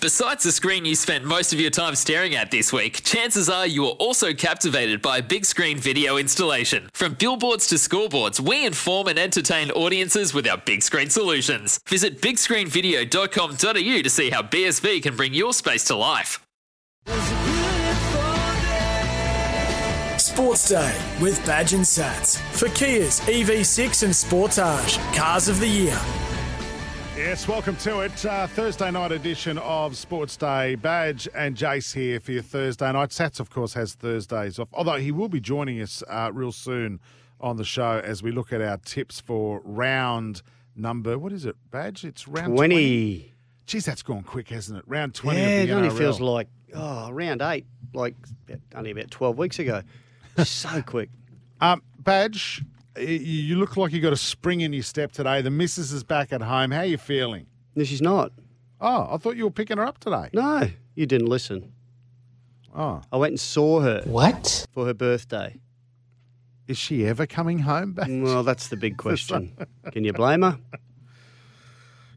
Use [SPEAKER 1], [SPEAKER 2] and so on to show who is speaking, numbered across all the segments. [SPEAKER 1] Besides the screen you spent most of your time staring at this week, chances are you were also captivated by a big screen video installation. From billboards to scoreboards, we inform and entertain audiences with our big screen solutions. Visit bigscreenvideo.com.au to see how BSV can bring your space to life.
[SPEAKER 2] Sports Day with Badge and Sats for Kia's EV6 and Sportage Cars of the Year.
[SPEAKER 3] Yes, welcome to it. Uh, Thursday night edition of Sports Day. Badge and Jace here for your Thursday night. Sats, of course, has Thursdays off, although he will be joining us uh, real soon on the show as we look at our tips for round number. What is it, Badge? It's round 20.
[SPEAKER 4] 20.
[SPEAKER 3] Geez, that's gone quick, hasn't it? Round 20
[SPEAKER 4] Yeah,
[SPEAKER 3] of
[SPEAKER 4] it
[SPEAKER 3] the
[SPEAKER 4] only
[SPEAKER 3] NRL.
[SPEAKER 4] feels like, oh, round eight, like about, only about 12 weeks ago. so quick.
[SPEAKER 3] Um, Badge, y- you look like you got a spring in your step today. The missus is back at home. How are you feeling?
[SPEAKER 4] No, she's not.
[SPEAKER 3] Oh, I thought you were picking her up today.
[SPEAKER 4] No, you didn't listen.
[SPEAKER 3] Oh,
[SPEAKER 4] I went and saw her
[SPEAKER 5] What?
[SPEAKER 4] for her birthday.
[SPEAKER 3] is she ever coming home, Badge?
[SPEAKER 4] Well, that's the big question. Can you blame her?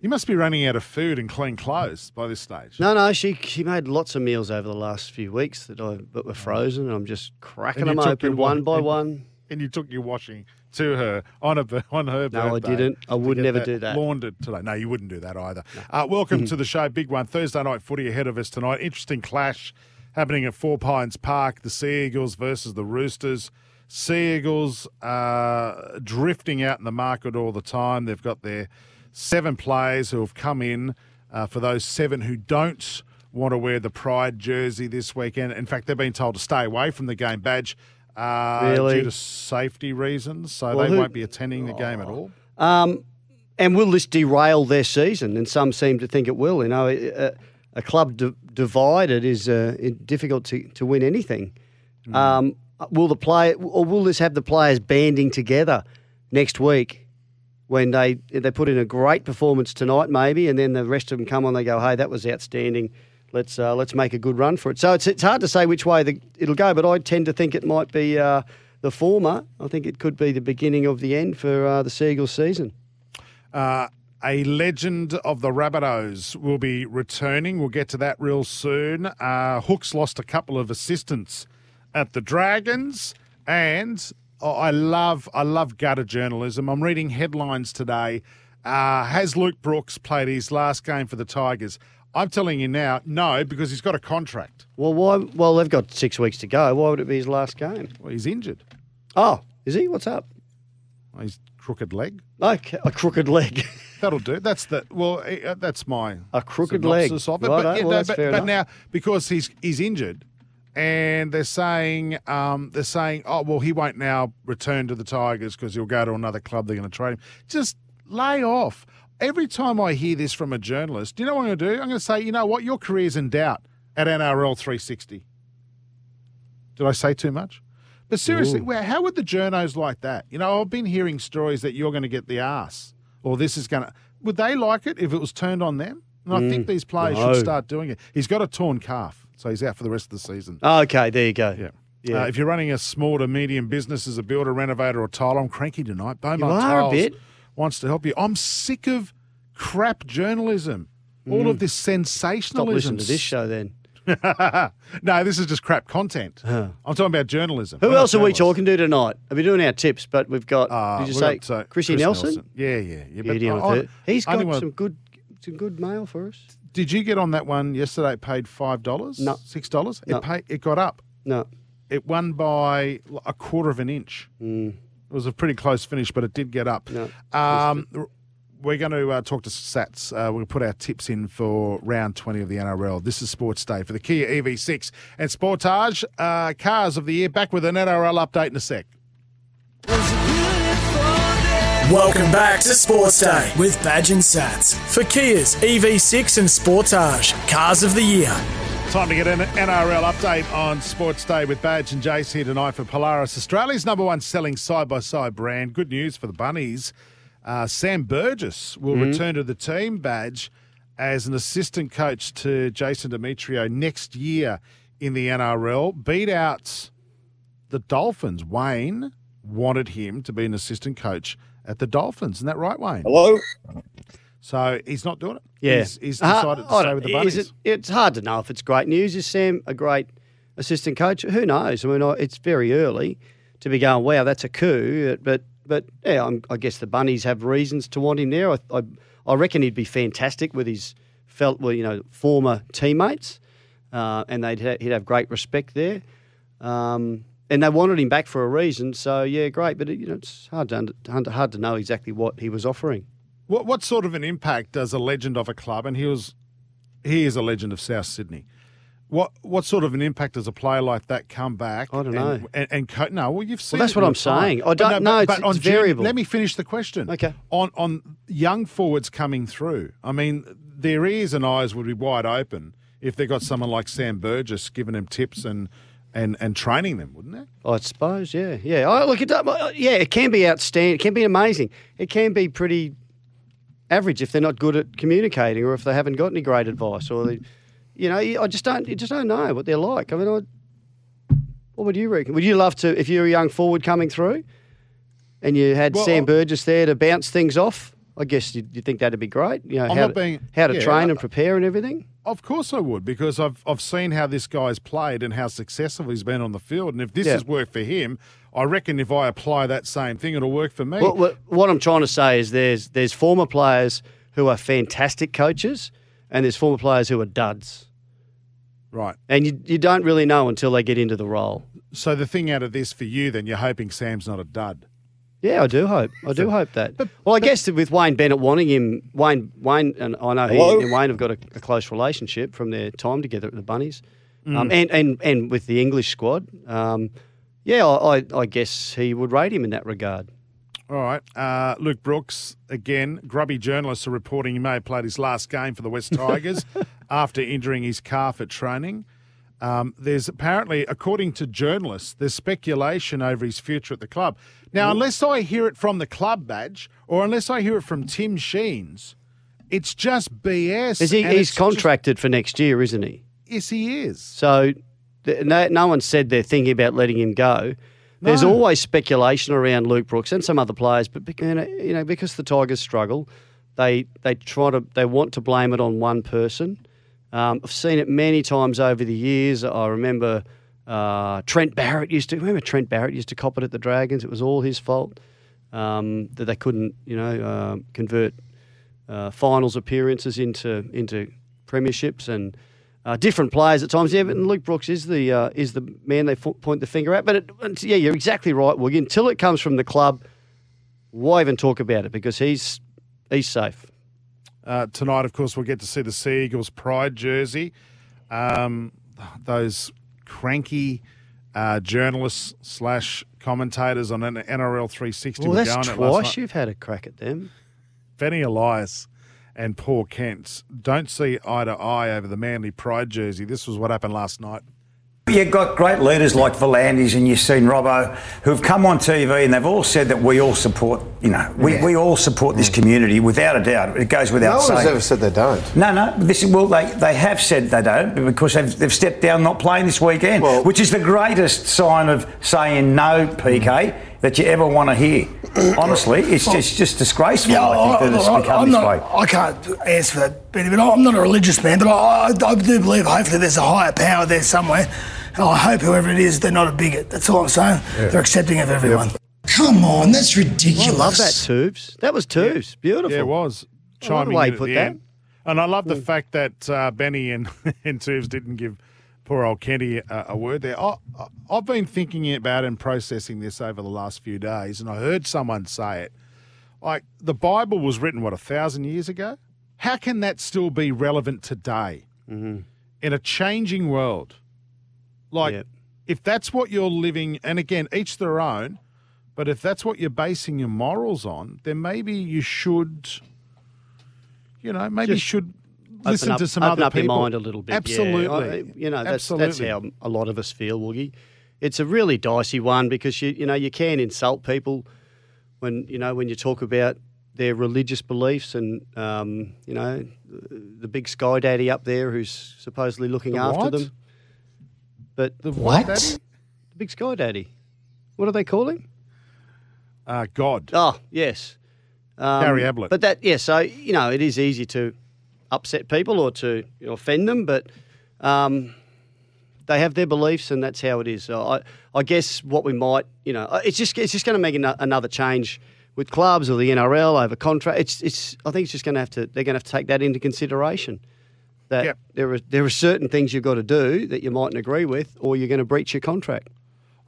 [SPEAKER 3] You must be running out of food and clean clothes by this stage.
[SPEAKER 4] No, no, she she made lots of meals over the last few weeks that I that were frozen, and I'm just cracking
[SPEAKER 3] And you
[SPEAKER 4] them
[SPEAKER 3] took your
[SPEAKER 4] open one
[SPEAKER 3] one-
[SPEAKER 4] by
[SPEAKER 3] and-
[SPEAKER 4] one.
[SPEAKER 3] And you took your washing to her on a bir- on her birthday.
[SPEAKER 4] No, I didn't. I
[SPEAKER 3] to
[SPEAKER 4] would
[SPEAKER 3] get
[SPEAKER 4] never do that.
[SPEAKER 3] Laundered today. No, you wouldn't do that either. Uh, welcome to the show, big one. Thursday night footy ahead of us tonight. Interesting clash happening at Four Pines Park. The Sea Eagles versus the Roosters. Sea Eagles uh, drifting out in the market all the time. They've got their seven players who have come in. Uh, for those seven who don't want to wear the Pride jersey this weekend, in fact, they've been told to stay away from the game badge. Uh,
[SPEAKER 4] Really?
[SPEAKER 3] due to safety reasons, so
[SPEAKER 4] Well,
[SPEAKER 3] they
[SPEAKER 4] who-
[SPEAKER 3] won't be attending the game at all.
[SPEAKER 4] Um, and will this derail their season? And some seem to think it will. You know, a, a club d- divided is uh, it- difficult to, to win anything. Um, will the play or will this have the players banding together next week when they they put in a great performance tonight, maybe, and then the rest of them come on, they go, hey, that was outstanding. Let's uh, let's make a good run for it. So it's it's hard to say which way the, it'll go, but I tend to think it might be uh, the former. I think it could be the beginning of the end for uh, the Seagulls season.
[SPEAKER 3] Uh, a legend of the Rabbitohs will be returning. We'll get to that real soon. Uh, Hooks lost a couple of assistants at the Dragons, and oh, I love I love gutter journalism. I'm reading headlines today. Uh, has Luke Brooks played his last game for the Tigers? I'm telling you now, no, because he's got a contract.
[SPEAKER 4] Well, why? Well, they've got six weeks to go. Why would it be his last game?
[SPEAKER 3] Well, he's injured.
[SPEAKER 4] Oh, is he? What's up?
[SPEAKER 3] He's crooked leg.
[SPEAKER 4] Okay, a crooked leg.
[SPEAKER 3] That'll do. That's the well. uh, That's my
[SPEAKER 4] A crooked
[SPEAKER 3] synopsis
[SPEAKER 4] leg.
[SPEAKER 3] of it.
[SPEAKER 4] Righto.
[SPEAKER 3] But, yeah,
[SPEAKER 4] Well,
[SPEAKER 3] no,
[SPEAKER 4] that's
[SPEAKER 3] but,
[SPEAKER 4] fair
[SPEAKER 3] but now
[SPEAKER 4] enough.
[SPEAKER 3] because he's he's injured, and they're saying um, they're saying oh well he won't now return to the Tigers because he'll go to another club. They're going to trade him. Just lay off. Every time I hear this from a journalist, do you know what I'm going to do? I'm going to say you know what your career's in doubt at NRL 360. Did I say too much? But seriously, well, how would the journos like that? You know, I've been hearing stories that you're going to get the ass or this is going to. Would they like it if it was turned on them? And I think these players
[SPEAKER 4] Mm. No.
[SPEAKER 3] should start doing it. He's got a torn calf, so he's out for the rest of the season.
[SPEAKER 4] Oh, okay, there you go.
[SPEAKER 3] yeah.
[SPEAKER 4] Uh, Yeah.
[SPEAKER 3] Uh, if you're running a small to medium business as a builder, renovator, or tile, I'm cranky tonight. Beaumont
[SPEAKER 4] are a
[SPEAKER 3] Tiles
[SPEAKER 4] bit.
[SPEAKER 3] wants to help you. I'm sick of crap journalism. All of this
[SPEAKER 4] Mm. Stop
[SPEAKER 3] sensationalism.
[SPEAKER 4] listening to this show then.
[SPEAKER 3] no, this is just crap content. I'm talking about journalism.
[SPEAKER 4] Who
[SPEAKER 3] We're not
[SPEAKER 4] else are we
[SPEAKER 3] journalists.
[SPEAKER 4] talking to tonight? I'll be doing our tips, but we've got.
[SPEAKER 3] Uh,
[SPEAKER 4] did you
[SPEAKER 3] we've
[SPEAKER 4] say
[SPEAKER 3] got, uh,
[SPEAKER 4] Chrissy
[SPEAKER 3] Chris
[SPEAKER 4] Nelson?
[SPEAKER 3] Yeah, yeah, yeah.
[SPEAKER 4] Beauty on
[SPEAKER 3] I-
[SPEAKER 4] Third. He's
[SPEAKER 3] only
[SPEAKER 4] got
[SPEAKER 3] one-
[SPEAKER 4] some good, some good mail for us.
[SPEAKER 3] Did you get on that one yesterday? It paid five dollars.
[SPEAKER 4] No.
[SPEAKER 3] six dollars.
[SPEAKER 4] No.
[SPEAKER 3] It paid. It got up.
[SPEAKER 4] No,
[SPEAKER 3] It won by l- a quarter of an inch. It was a pretty close finish, but it did get up.
[SPEAKER 4] Mm. No.
[SPEAKER 3] Um, r- we're going to uh, talk to Sats. Uh, we'll put our tips in for round 20 of the NRL. This is Sports Day for the Kia EV6 and Sportage uh, Cars of the Year. Back with an NRL update in a sec.
[SPEAKER 2] Welcome back to Sports Day with Badge and Sats for Kia's EV6 and Sportage Cars of the Year.
[SPEAKER 3] Time to get an NRL update on Sports Day with Badge and Jace here tonight for Polaris, Australia's number one selling side by side brand. Good news for the Bunnies. Uh, Sam Burgess will
[SPEAKER 4] Mm-hmm.
[SPEAKER 3] return to the team badge as an assistant coach to Jason Demetrio next year in the NRL. Beat out the Dolphins. Wayne wanted him to be an assistant coach at the Dolphins. Isn't that right, Wayne?
[SPEAKER 5] Hello?
[SPEAKER 3] So he's not doing it.
[SPEAKER 4] Yeah,
[SPEAKER 3] He's, he's
[SPEAKER 4] Uh,
[SPEAKER 3] decided to
[SPEAKER 4] I
[SPEAKER 3] stay
[SPEAKER 4] don't-
[SPEAKER 3] with the
[SPEAKER 4] is
[SPEAKER 3] Bunnies.
[SPEAKER 4] it- it's hard to know if it's great news. Is Sam a great assistant coach? Who knows? I mean, I- it's very early to be going. Wow, that's a coup. But but yeah, I'm, I guess the bunnies have reasons to want him there. I, I I reckon he'd be fantastic with his felt well, you know, former teammates, uh, and they'd ha- he'd have great respect there. Um, and they wanted him back for a reason. So yeah, great. But it, you know, it's hard to under, hard to- hard to know exactly what he was offering.
[SPEAKER 3] What what sort of an impact does a legend of a club, and he was, he is a legend of South Sydney. What what sort of an impact does a player like that come back?
[SPEAKER 4] I
[SPEAKER 3] and,
[SPEAKER 4] don't know.
[SPEAKER 3] And, and co- no, well, you've seen.
[SPEAKER 4] that's
[SPEAKER 3] it
[SPEAKER 4] what
[SPEAKER 3] in
[SPEAKER 4] I'm
[SPEAKER 3] time.
[SPEAKER 4] saying. I
[SPEAKER 3] But
[SPEAKER 4] don't- no, it's- it's
[SPEAKER 3] Jim,
[SPEAKER 4] variable.
[SPEAKER 3] let me finish the question.
[SPEAKER 4] Okay.
[SPEAKER 3] On on young forwards coming through, I mean, their ears and eyes would be wide open if they got someone like Sam Burgess giving them tips and and and training them, wouldn't they?
[SPEAKER 4] I suppose, yeah, yeah. I look, it, don't- uh, yeah, it can be outstanding. It can be amazing. It can be pretty average if they're not good at communicating, or if they haven't got any great advice, or they, you know, I just don't, you just don't know what they're like. I mean, I, what would you reckon? Would you love to, if you're a young forward coming through, and you had
[SPEAKER 3] Well,
[SPEAKER 4] Sam
[SPEAKER 3] I-
[SPEAKER 4] Burgess there to bounce things off? I guess you'd, you'd think that'd be great. You know, how
[SPEAKER 3] not
[SPEAKER 4] to,
[SPEAKER 3] being-
[SPEAKER 4] how to
[SPEAKER 3] yeah,
[SPEAKER 4] train
[SPEAKER 3] I-
[SPEAKER 4] and prepare and everything.
[SPEAKER 3] Of course I would, because I've I've seen how this guy's played and how successful he's been on the field. And if this
[SPEAKER 4] Yeah.
[SPEAKER 3] has worked for him, I reckon if I apply that same thing, it'll work for me.
[SPEAKER 4] What, what, what I'm trying to say is there's there's former players who are fantastic coaches, and there's former players who are duds,
[SPEAKER 3] right.
[SPEAKER 4] and you you don't really know until they get into the role.
[SPEAKER 3] So the thing out of this for you, then you're hoping Sam's not a dud.
[SPEAKER 4] Yeah, I do hope. I do hope that. well, I guess that with Wayne Bennett wanting him, Wayne, Wayne, and I know he
[SPEAKER 5] Hello?
[SPEAKER 4] and Wayne have got a, a close relationship from their time together at the Bunnies,
[SPEAKER 3] Mm.
[SPEAKER 4] um, and and and with the English squad. Um, yeah, I, I, I guess he would rate him in that regard.
[SPEAKER 3] All right. Uh, Luke Brooks, again, grubby journalists are reporting he may have played his last game for the West Tigers after injuring his calf at training. Um, there's apparently, according to journalists, there's speculation over his future at the club. Now, unless I hear it from the club badge or unless I hear it from Tim Sheens, it's just BS.
[SPEAKER 4] Is he,
[SPEAKER 3] and
[SPEAKER 4] he's
[SPEAKER 3] it's
[SPEAKER 4] contracted for next year, isn't he?
[SPEAKER 3] just- yes, he is.
[SPEAKER 4] So th- no, no one said they're thinking about letting him go. There's always speculation around Luke Brooks and some other players, but bec- you know, you know, because the Tigers struggle, they they try to they want to blame it on one person. Um, I've seen it many times over the years. I remember uh, Trent Barrett used to remember Trent Barrett used to cop it at the Dragons. It was all his fault um, that they couldn't you know uh, convert uh, finals appearances into into premierships and uh, different players at times. Yeah, but Luke Brooks is the uh, is the man they fo- point the finger at. But it, it's- yeah, you're exactly right, Wig. Until it comes from the club, why even talk about it? Because he's he's safe.
[SPEAKER 3] Uh, tonight, of course, we'll get to see the Sea Eagles Pride jersey. Um, those cranky uh, journalists slash commentators on N- NRL 360
[SPEAKER 4] Well,
[SPEAKER 3] were
[SPEAKER 4] that's
[SPEAKER 3] going at last
[SPEAKER 4] twice
[SPEAKER 3] night.
[SPEAKER 4] you've had a crack at them.
[SPEAKER 3] Fanny Elias and Paul Kent don't see eye to eye over the Manly Pride jersey. This was what happened last night.
[SPEAKER 6] You've got great leaders like Volandis and you've seen Robbo who've come on TV and they've all said that we all support, you know, we, we all support this community without a doubt. It goes without
[SPEAKER 7] No
[SPEAKER 6] saying.
[SPEAKER 7] one's ever said they don't.
[SPEAKER 6] No, no. This is, well, they, they have said they don't because they've, they've stepped down, not playing this weekend,
[SPEAKER 7] Well-
[SPEAKER 6] which is the greatest sign of saying no, PK, that you ever want to hear. Honestly, it's just, it's just disgraceful. I think that it's
[SPEAKER 8] look,
[SPEAKER 6] become
[SPEAKER 8] I'm
[SPEAKER 6] this
[SPEAKER 8] not,
[SPEAKER 6] way.
[SPEAKER 8] I can't answer that, Benny, but I'm not a religious man, but I, I, I do believe hopefully there's a higher power there somewhere. And I hope whoever it is, they're not a bigot. That's all I'm saying. They're accepting of everyone. Come on, that's ridiculous.
[SPEAKER 4] I love that Tubes. That was Tubes. Beautiful.
[SPEAKER 3] Yeah, it was
[SPEAKER 4] I love the
[SPEAKER 3] chiming
[SPEAKER 4] way
[SPEAKER 3] in
[SPEAKER 4] he
[SPEAKER 3] at
[SPEAKER 4] put
[SPEAKER 3] the
[SPEAKER 4] that.
[SPEAKER 3] end. And I love the fact that uh, Benny and and Tubes didn't give poor old Kenny a, a word there. I, I- I've been thinking about and processing this over the last few days, and I heard someone say it. Like the Bible was written what a thousand years ago. How can that still be relevant today
[SPEAKER 4] Mm-hmm.
[SPEAKER 3] in a changing world? Like,
[SPEAKER 4] Yep.
[SPEAKER 3] if that's what you're living, and again, each their own. But if that's what you're basing your morals on, then maybe you should, you know, maybe you
[SPEAKER 4] Just
[SPEAKER 3] should
[SPEAKER 4] Open
[SPEAKER 3] listen
[SPEAKER 4] up-
[SPEAKER 3] to some
[SPEAKER 4] open
[SPEAKER 3] other
[SPEAKER 4] up
[SPEAKER 3] people.
[SPEAKER 4] your mind a little bit. yeah.
[SPEAKER 3] Absolutely,
[SPEAKER 4] I- you know, that's that's
[SPEAKER 3] Absolutely.
[SPEAKER 4] how a lot of us feel, Woogie. It's a really dicey one because you you know you can insult people when you know when you talk about their religious beliefs and um, you know the big sky daddy up there who's supposedly looking
[SPEAKER 3] The
[SPEAKER 4] after
[SPEAKER 3] what?
[SPEAKER 4] them. But the
[SPEAKER 3] What?
[SPEAKER 4] big sky daddy, what do they call him?
[SPEAKER 3] Uh, God.
[SPEAKER 4] Oh, yes. Um,
[SPEAKER 3] Gary Ablett.
[SPEAKER 4] But that, yeah, so, you know, it is easy to upset people or to offend them, but um, they have their beliefs and that's how it is. So I, I guess what we might, you know, uh, it's just, it's just going to make ano- another change with clubs or the NRL over contract. It's, it's, I think it's just going to have to, they're going to have to take that into consideration. That
[SPEAKER 3] Yep.
[SPEAKER 4] there are there are certain things you've got to do that you mightn't agree with, or you're going to breach your contract.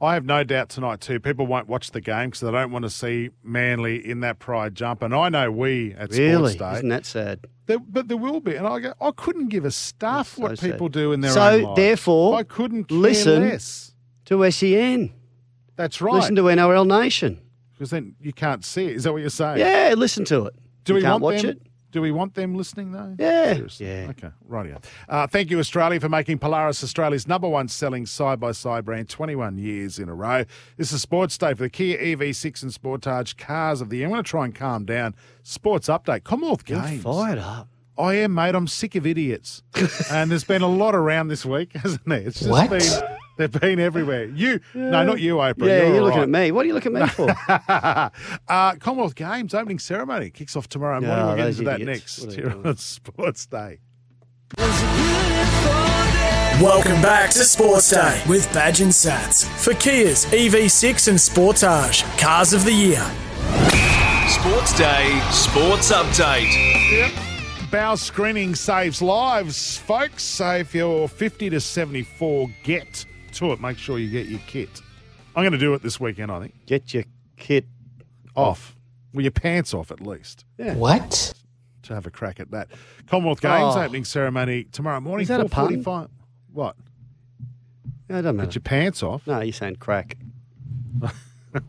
[SPEAKER 3] I have no doubt tonight too. People won't watch the game because they don't want to see Manly in that pride jump. And I know we at Sports Day,
[SPEAKER 4] isn't that sad?
[SPEAKER 3] There, but there will be, and I go, I couldn't give a stuff what
[SPEAKER 4] That's so
[SPEAKER 3] people
[SPEAKER 4] sad.
[SPEAKER 3] do in their
[SPEAKER 4] So,
[SPEAKER 3] own lives.
[SPEAKER 4] therefore,
[SPEAKER 3] I couldn't care
[SPEAKER 4] listen-
[SPEAKER 3] less.
[SPEAKER 4] To SEN,
[SPEAKER 3] That's right.
[SPEAKER 4] listen to NRL Nation.
[SPEAKER 3] because then you can't see it. Is that what you're saying?
[SPEAKER 4] Yeah, listen to it.
[SPEAKER 3] Do
[SPEAKER 4] You
[SPEAKER 3] we
[SPEAKER 4] can't
[SPEAKER 3] want
[SPEAKER 4] watch
[SPEAKER 3] them?
[SPEAKER 4] it?
[SPEAKER 3] Do we want them listening though?
[SPEAKER 4] Yeah.
[SPEAKER 3] Seriously?
[SPEAKER 4] Yeah.
[SPEAKER 3] Okay. Rightio. Uh, thank you, Australia, for making Polaris Australia's number one selling side by side brand 21 years in a row. This is Sports Day for the Kia EV6 and Sportage cars of the year. I'm going to try and calm down. Sports update. Commonwealth
[SPEAKER 4] You're
[SPEAKER 3] Games.
[SPEAKER 4] fired up.
[SPEAKER 3] I am, mate. I'm sick of idiots. and there's been a lot around this week, hasn't there? It's just
[SPEAKER 1] What?
[SPEAKER 3] been they've been everywhere. You no, not you, Oprah.
[SPEAKER 4] yeah,
[SPEAKER 3] you're,
[SPEAKER 4] you're,
[SPEAKER 3] all
[SPEAKER 4] looking
[SPEAKER 3] right.
[SPEAKER 4] at me. What are you looking at me for?
[SPEAKER 3] uh, Commonwealth Games opening ceremony kicks off tomorrow morning.
[SPEAKER 4] Oh,
[SPEAKER 3] we'll get
[SPEAKER 4] those
[SPEAKER 3] into that
[SPEAKER 4] idiots.
[SPEAKER 3] next
[SPEAKER 4] What are
[SPEAKER 3] here
[SPEAKER 4] they
[SPEAKER 3] on Sports Day.
[SPEAKER 2] Welcome back to Sports Day with Badge and Sats for Kia's EV6 and Sportage Cars of the Year.
[SPEAKER 5] Sports Day Sports Update.
[SPEAKER 3] Bow screening saves lives, folks. So if you're 50 to 74, get to it. Make sure you get your kit. I'm going to do it this weekend, I think.
[SPEAKER 4] Get your kit.
[SPEAKER 3] Off. Well, your pants off at least
[SPEAKER 1] What?
[SPEAKER 3] to have a crack at that. Commonwealth Games
[SPEAKER 4] Oh.
[SPEAKER 3] opening ceremony tomorrow morning.
[SPEAKER 4] Is that a pun?
[SPEAKER 3] 4:45. What?
[SPEAKER 4] No, it doesn't
[SPEAKER 3] Get
[SPEAKER 4] matter.
[SPEAKER 3] your pants off.
[SPEAKER 4] No, you're saying crack.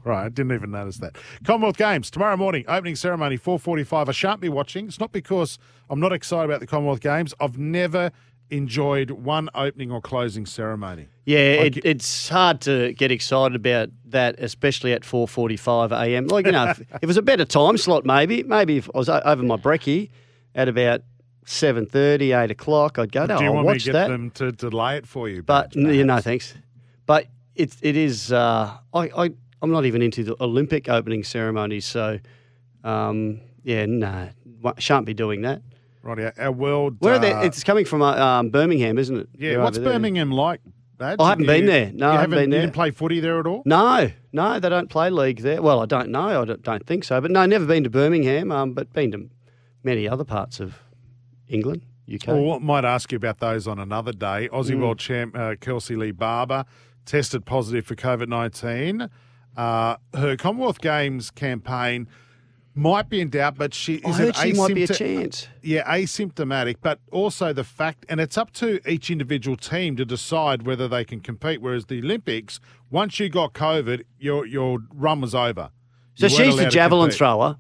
[SPEAKER 3] Right, I didn't even notice that. Commonwealth Games tomorrow morning, opening ceremony, four forty-five. I shan't be watching. It's not because I'm not excited about the Commonwealth Games. I've never enjoyed one opening or closing ceremony.
[SPEAKER 4] Yeah,
[SPEAKER 3] I
[SPEAKER 4] it,
[SPEAKER 3] get-
[SPEAKER 4] it's hard to get excited about that, especially at 4:45 a.m. Like you know, if, if it was a better time slot, maybe, maybe if I was o- over my brekkie at about 7:30, 8 o'clock, I'd go. No,
[SPEAKER 3] Do you
[SPEAKER 4] I'll
[SPEAKER 3] want me
[SPEAKER 4] watch
[SPEAKER 3] to get
[SPEAKER 4] that.
[SPEAKER 3] them to delay it for you?
[SPEAKER 4] But
[SPEAKER 3] Badge,
[SPEAKER 4] n- you know,
[SPEAKER 3] perhaps?
[SPEAKER 4] thanks. But it it is. Uh, I I I'm not even into the Olympic opening ceremonies, so um, yeah, no, wa- shan't be doing that.
[SPEAKER 3] Righty, our world.
[SPEAKER 4] Where are
[SPEAKER 3] uh,
[SPEAKER 4] they? It's coming from uh, um, Birmingham, isn't it?
[SPEAKER 3] yeah,
[SPEAKER 4] They're
[SPEAKER 3] what's
[SPEAKER 4] over there.
[SPEAKER 3] Birmingham like? Badge?
[SPEAKER 4] I haven't
[SPEAKER 3] Have
[SPEAKER 4] been
[SPEAKER 3] you-
[SPEAKER 4] there. No,
[SPEAKER 3] you
[SPEAKER 4] I haven't been
[SPEAKER 3] You
[SPEAKER 4] there.
[SPEAKER 3] didn't play footy there at all.
[SPEAKER 4] No, no, they don't play league there. Well, I don't know. I don't, don't think so. But no, never been to Birmingham. Um, but been to many other parts of England, UK.
[SPEAKER 3] Well, I might ask you about those on another day. Aussie
[SPEAKER 4] Mm.
[SPEAKER 3] World Champ uh, Kelsey Lee Barber tested positive for COVID 19. Uh, her Commonwealth Games campaign might be in doubt, but she
[SPEAKER 4] I
[SPEAKER 3] is an
[SPEAKER 4] heard she might be a
[SPEAKER 3] asympto-
[SPEAKER 4] chance.
[SPEAKER 3] Yeah, asymptomatic, but also the fact, and it's up to each individual team to decide whether they can compete. Whereas the Olympics, once you got COVID, your your run was over.
[SPEAKER 4] So
[SPEAKER 3] You weren't
[SPEAKER 4] she's
[SPEAKER 3] allowed
[SPEAKER 4] the
[SPEAKER 3] to
[SPEAKER 4] javelin
[SPEAKER 3] compete.
[SPEAKER 4] thrower.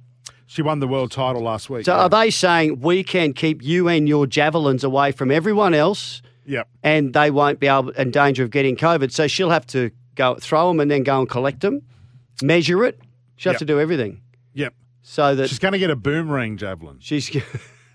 [SPEAKER 3] She won the world title last week.
[SPEAKER 4] So
[SPEAKER 3] yeah.
[SPEAKER 4] are they saying we can keep you and your javelins away from everyone else?
[SPEAKER 3] Yep.
[SPEAKER 4] and they won't be able in danger of getting COVID. So she'll have to go throw them and then go and collect them, measure it. She'll
[SPEAKER 3] Yep.
[SPEAKER 4] have to do everything
[SPEAKER 3] Yep.
[SPEAKER 4] so that
[SPEAKER 3] She's going to get a boomerang javelin.
[SPEAKER 4] she's.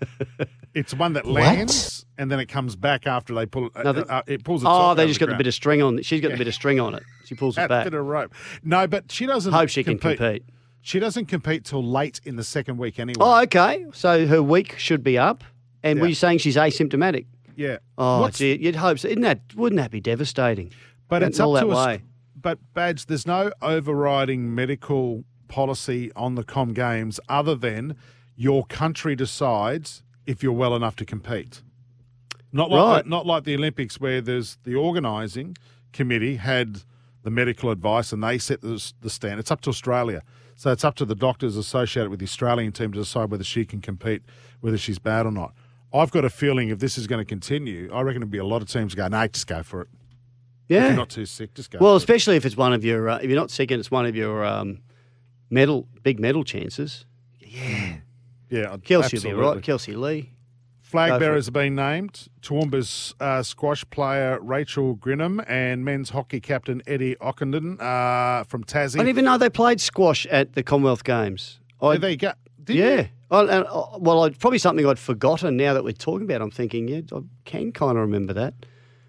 [SPEAKER 3] It's one that lands and then it comes back after they pull. uh,
[SPEAKER 4] that-
[SPEAKER 3] uh, it pulls. Itself
[SPEAKER 4] oh, they
[SPEAKER 3] out
[SPEAKER 4] just
[SPEAKER 3] the
[SPEAKER 4] got the bit of string on. She's got the bit of string on it. She pulls it
[SPEAKER 3] ground.
[SPEAKER 4] back.
[SPEAKER 3] That bit of rope. No, but she doesn't.
[SPEAKER 4] Hope she can compete.
[SPEAKER 3] She doesn't compete till late in the second week anyway.
[SPEAKER 4] Oh, okay. So her week should be up. And
[SPEAKER 3] Yeah.
[SPEAKER 4] were you saying she's asymptomatic?
[SPEAKER 3] yeah.
[SPEAKER 4] Oh,
[SPEAKER 3] What's-
[SPEAKER 4] gee, you'd hope so. Isn't that, wouldn't that be devastating?
[SPEAKER 3] But
[SPEAKER 4] Went
[SPEAKER 3] it's up
[SPEAKER 4] all
[SPEAKER 3] to
[SPEAKER 4] that
[SPEAKER 3] us.
[SPEAKER 4] way.
[SPEAKER 3] But badge, there's no overriding medical policy on the Com Games other than your country decides if you're well enough to compete. Not like
[SPEAKER 4] Right.
[SPEAKER 3] the, not like the Olympics where there's the organising committee had the medical advice and they set the, s- the stand. It's up to Australia. So it's up to the doctors associated with the Australian team to decide whether she can compete, whether she's bad or not. I've got a feeling if this is going to continue, I reckon there'll be a lot of teams going, no, just go for it. If
[SPEAKER 4] Yeah.
[SPEAKER 3] you're not too sick, just go.
[SPEAKER 4] Well,
[SPEAKER 3] for it.
[SPEAKER 4] especially if it's one of your, uh, if you're not sick and it's one of your um, medal, big medal chances.
[SPEAKER 3] Yeah,
[SPEAKER 4] Kelsey will be
[SPEAKER 3] absolutely.
[SPEAKER 4] right. Kelsey Lee. Go
[SPEAKER 3] Flag
[SPEAKER 4] for it.
[SPEAKER 3] bearers have been named. Toowoomba's uh, squash player Rachel Grinham and men's hockey captain Eddie Ockenden uh, from Tassie.
[SPEAKER 4] I didn't even know they played squash at the Commonwealth Games. I,
[SPEAKER 3] Yeah, there you go. Did you?
[SPEAKER 4] yeah. I, and, uh, well, I'd, probably something I'd forgotten now that we're talking about. I'm thinking, yeah, I can kind of remember that.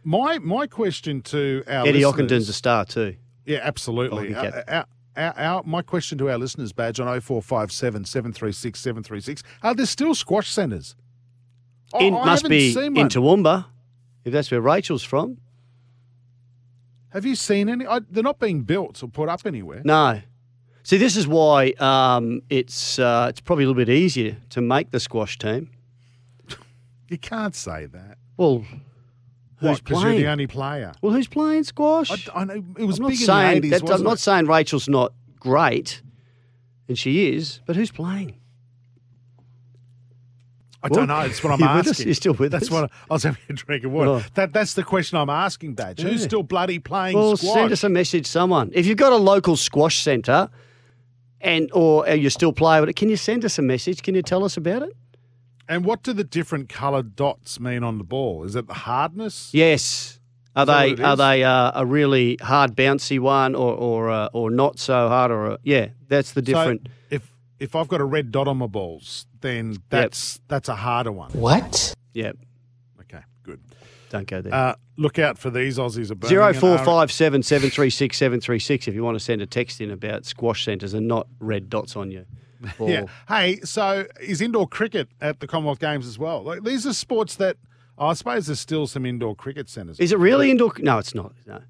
[SPEAKER 3] My my question to our
[SPEAKER 4] Eddie
[SPEAKER 3] listeners-
[SPEAKER 4] Ockenden's a star too.
[SPEAKER 3] Yeah,
[SPEAKER 4] Hockey
[SPEAKER 3] absolutely. Uh,
[SPEAKER 4] cap.
[SPEAKER 3] Our, our, our, my question to our listeners, Badge, on 0457 736 736, are there still squash centres? I-
[SPEAKER 4] In,
[SPEAKER 3] I
[SPEAKER 4] must
[SPEAKER 3] haven't
[SPEAKER 4] be
[SPEAKER 3] seen
[SPEAKER 4] in
[SPEAKER 3] one.
[SPEAKER 4] Toowoomba, if that's where Rachel's from.
[SPEAKER 3] Have you seen any? I, they're not being built or put up anywhere.
[SPEAKER 4] No. See, this is why um, it's uh, it's probably a little bit easier to make the squash team.
[SPEAKER 3] You can't say that.
[SPEAKER 4] Well, who's
[SPEAKER 3] Because you're
[SPEAKER 4] playing?
[SPEAKER 3] the only player.
[SPEAKER 4] well, who's playing squash?
[SPEAKER 3] I, I know it was
[SPEAKER 4] I'm not
[SPEAKER 3] big
[SPEAKER 4] saying
[SPEAKER 3] in the 80s.
[SPEAKER 4] that, I'm
[SPEAKER 3] wasn't
[SPEAKER 4] not
[SPEAKER 3] it?
[SPEAKER 4] saying Rachel's not great, and she is, but who's playing?
[SPEAKER 3] I don't know. That's what I'm
[SPEAKER 4] You with us?
[SPEAKER 3] asking.
[SPEAKER 4] You still with
[SPEAKER 3] that's
[SPEAKER 4] us?
[SPEAKER 3] what I, I was having a drink of water.
[SPEAKER 4] Oh.
[SPEAKER 3] That that's the question I'm asking, Badge. Who's
[SPEAKER 4] Yeah.
[SPEAKER 3] still bloody playing
[SPEAKER 4] Well,
[SPEAKER 3] squash?
[SPEAKER 4] send us a message, someone. If you've got a local squash centre, and or uh, you still play with it, can you send us a message? Can you tell us about it?
[SPEAKER 3] and what do the different coloured dots mean on the ball? Is it the hardness?
[SPEAKER 4] Yes. Are
[SPEAKER 3] Is that
[SPEAKER 4] they
[SPEAKER 3] what it
[SPEAKER 4] are
[SPEAKER 3] is?
[SPEAKER 4] they uh, a really hard bouncy one or or uh, or not so hard or a, yeah that's the
[SPEAKER 3] So
[SPEAKER 4] different
[SPEAKER 3] if if I've got a red dot on my balls, then that's that's a harder one.
[SPEAKER 4] yeah
[SPEAKER 3] Okay, good.
[SPEAKER 4] don't go there
[SPEAKER 3] Uh, look out for these Aussies. Are
[SPEAKER 4] zero
[SPEAKER 3] Birmingham
[SPEAKER 4] four
[SPEAKER 3] are-
[SPEAKER 4] five seven seven three six seven three six if you want to send a text in about squash centres and not red dots on you or
[SPEAKER 3] Yeah. Hey, so is indoor cricket at the Commonwealth Games as well? Like these are sports that I suppose there's still some indoor cricket centres.
[SPEAKER 4] is it really indoor no it's not no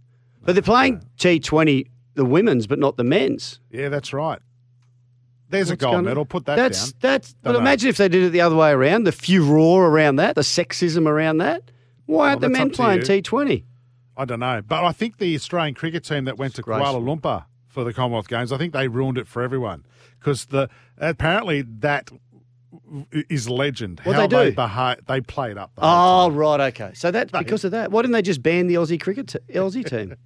[SPEAKER 4] but they're playing T Twenty the women's but not the men's
[SPEAKER 3] Yeah, that's right. There's
[SPEAKER 4] What's
[SPEAKER 3] a gold
[SPEAKER 4] going on?
[SPEAKER 3] medal. Put that
[SPEAKER 4] that's
[SPEAKER 3] down.
[SPEAKER 4] that's but
[SPEAKER 3] Dunno.
[SPEAKER 4] imagine if they did it the other way around the furore around that the sexism around that why aren't
[SPEAKER 3] Well,
[SPEAKER 4] the
[SPEAKER 3] that's
[SPEAKER 4] men
[SPEAKER 3] up to
[SPEAKER 4] playing
[SPEAKER 3] you.
[SPEAKER 4] T Twenty
[SPEAKER 3] I don't know, but I think the Australian cricket team that went to
[SPEAKER 4] Disgraceful.
[SPEAKER 3] Kuala Lumpur for the Commonwealth Games, I think they ruined it for everyone because the apparently that is legend.
[SPEAKER 4] What'd
[SPEAKER 3] how
[SPEAKER 4] they do?
[SPEAKER 3] beha- they played up. The whole
[SPEAKER 4] Oh, right, okay. So that's because of that. Why didn't they just ban the Aussie cricket t- Aussie team?
[SPEAKER 3] time.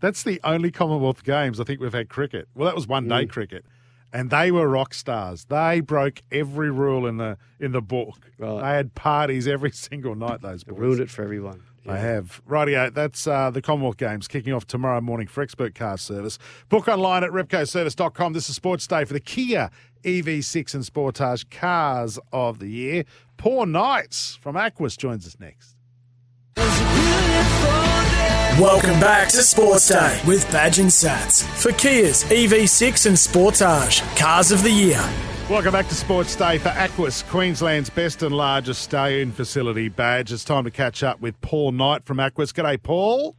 [SPEAKER 3] that's the only Commonwealth Games I think we've had cricket. Well, that was one day
[SPEAKER 4] Mm.
[SPEAKER 3] cricket, and they were rock stars. They broke every rule in the in the book.
[SPEAKER 4] Right.
[SPEAKER 3] They had parties every single night. Those boys.
[SPEAKER 4] Ruined it for everyone.
[SPEAKER 3] I have. Rightio, that's uh, the Commonwealth Games kicking off tomorrow morning for Expert Car Service. Book online at repcoservice.com. This is Sports Day for the Kia EV6 and Sportage Cars of the Year. Poor Knights from Aquas joins us next.
[SPEAKER 2] Welcome back to Sports Day with Badge and Sats for Kia's EV6 and Sportage Cars of the Year.
[SPEAKER 3] Welcome back to Sports Day for Aquas, Queensland's best and largest stay-in facility badge. It's time to catch up with Paul Knight from Aquas. G'day, Paul.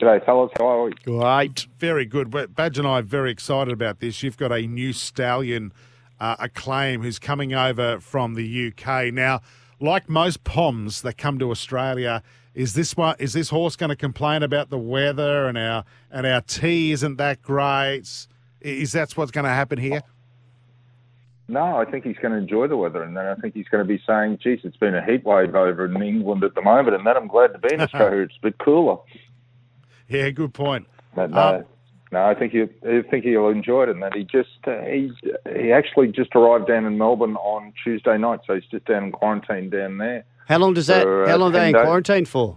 [SPEAKER 7] G'day, fellas. How are we?
[SPEAKER 3] Great. Very good. Well, Badge and I are very excited about this. You've got a new stallion, uh, acclaim, who's coming over from the UK. Now, like most POMs that come to Australia, is this one? Is this horse going to complain about the weather and our and our tea isn't that great? Is that's what's going to happen here?
[SPEAKER 7] No, I think he's going to enjoy the weather, and then I think he's going to be saying, "Geez, it's been a heat wave over in England at the moment," and then I'm glad to be in Australia. It's a bit cooler.
[SPEAKER 3] Yeah, good point.
[SPEAKER 7] But no,
[SPEAKER 3] Um,
[SPEAKER 7] no, I think he, I think he'll enjoy it, and that he just uh, he he actually just arrived down in Melbourne on Tuesday night, so he's just down in quarantine down there.
[SPEAKER 4] How long does that?
[SPEAKER 7] For, uh,
[SPEAKER 4] how long are they in
[SPEAKER 7] 10 days.
[SPEAKER 4] quarantine for?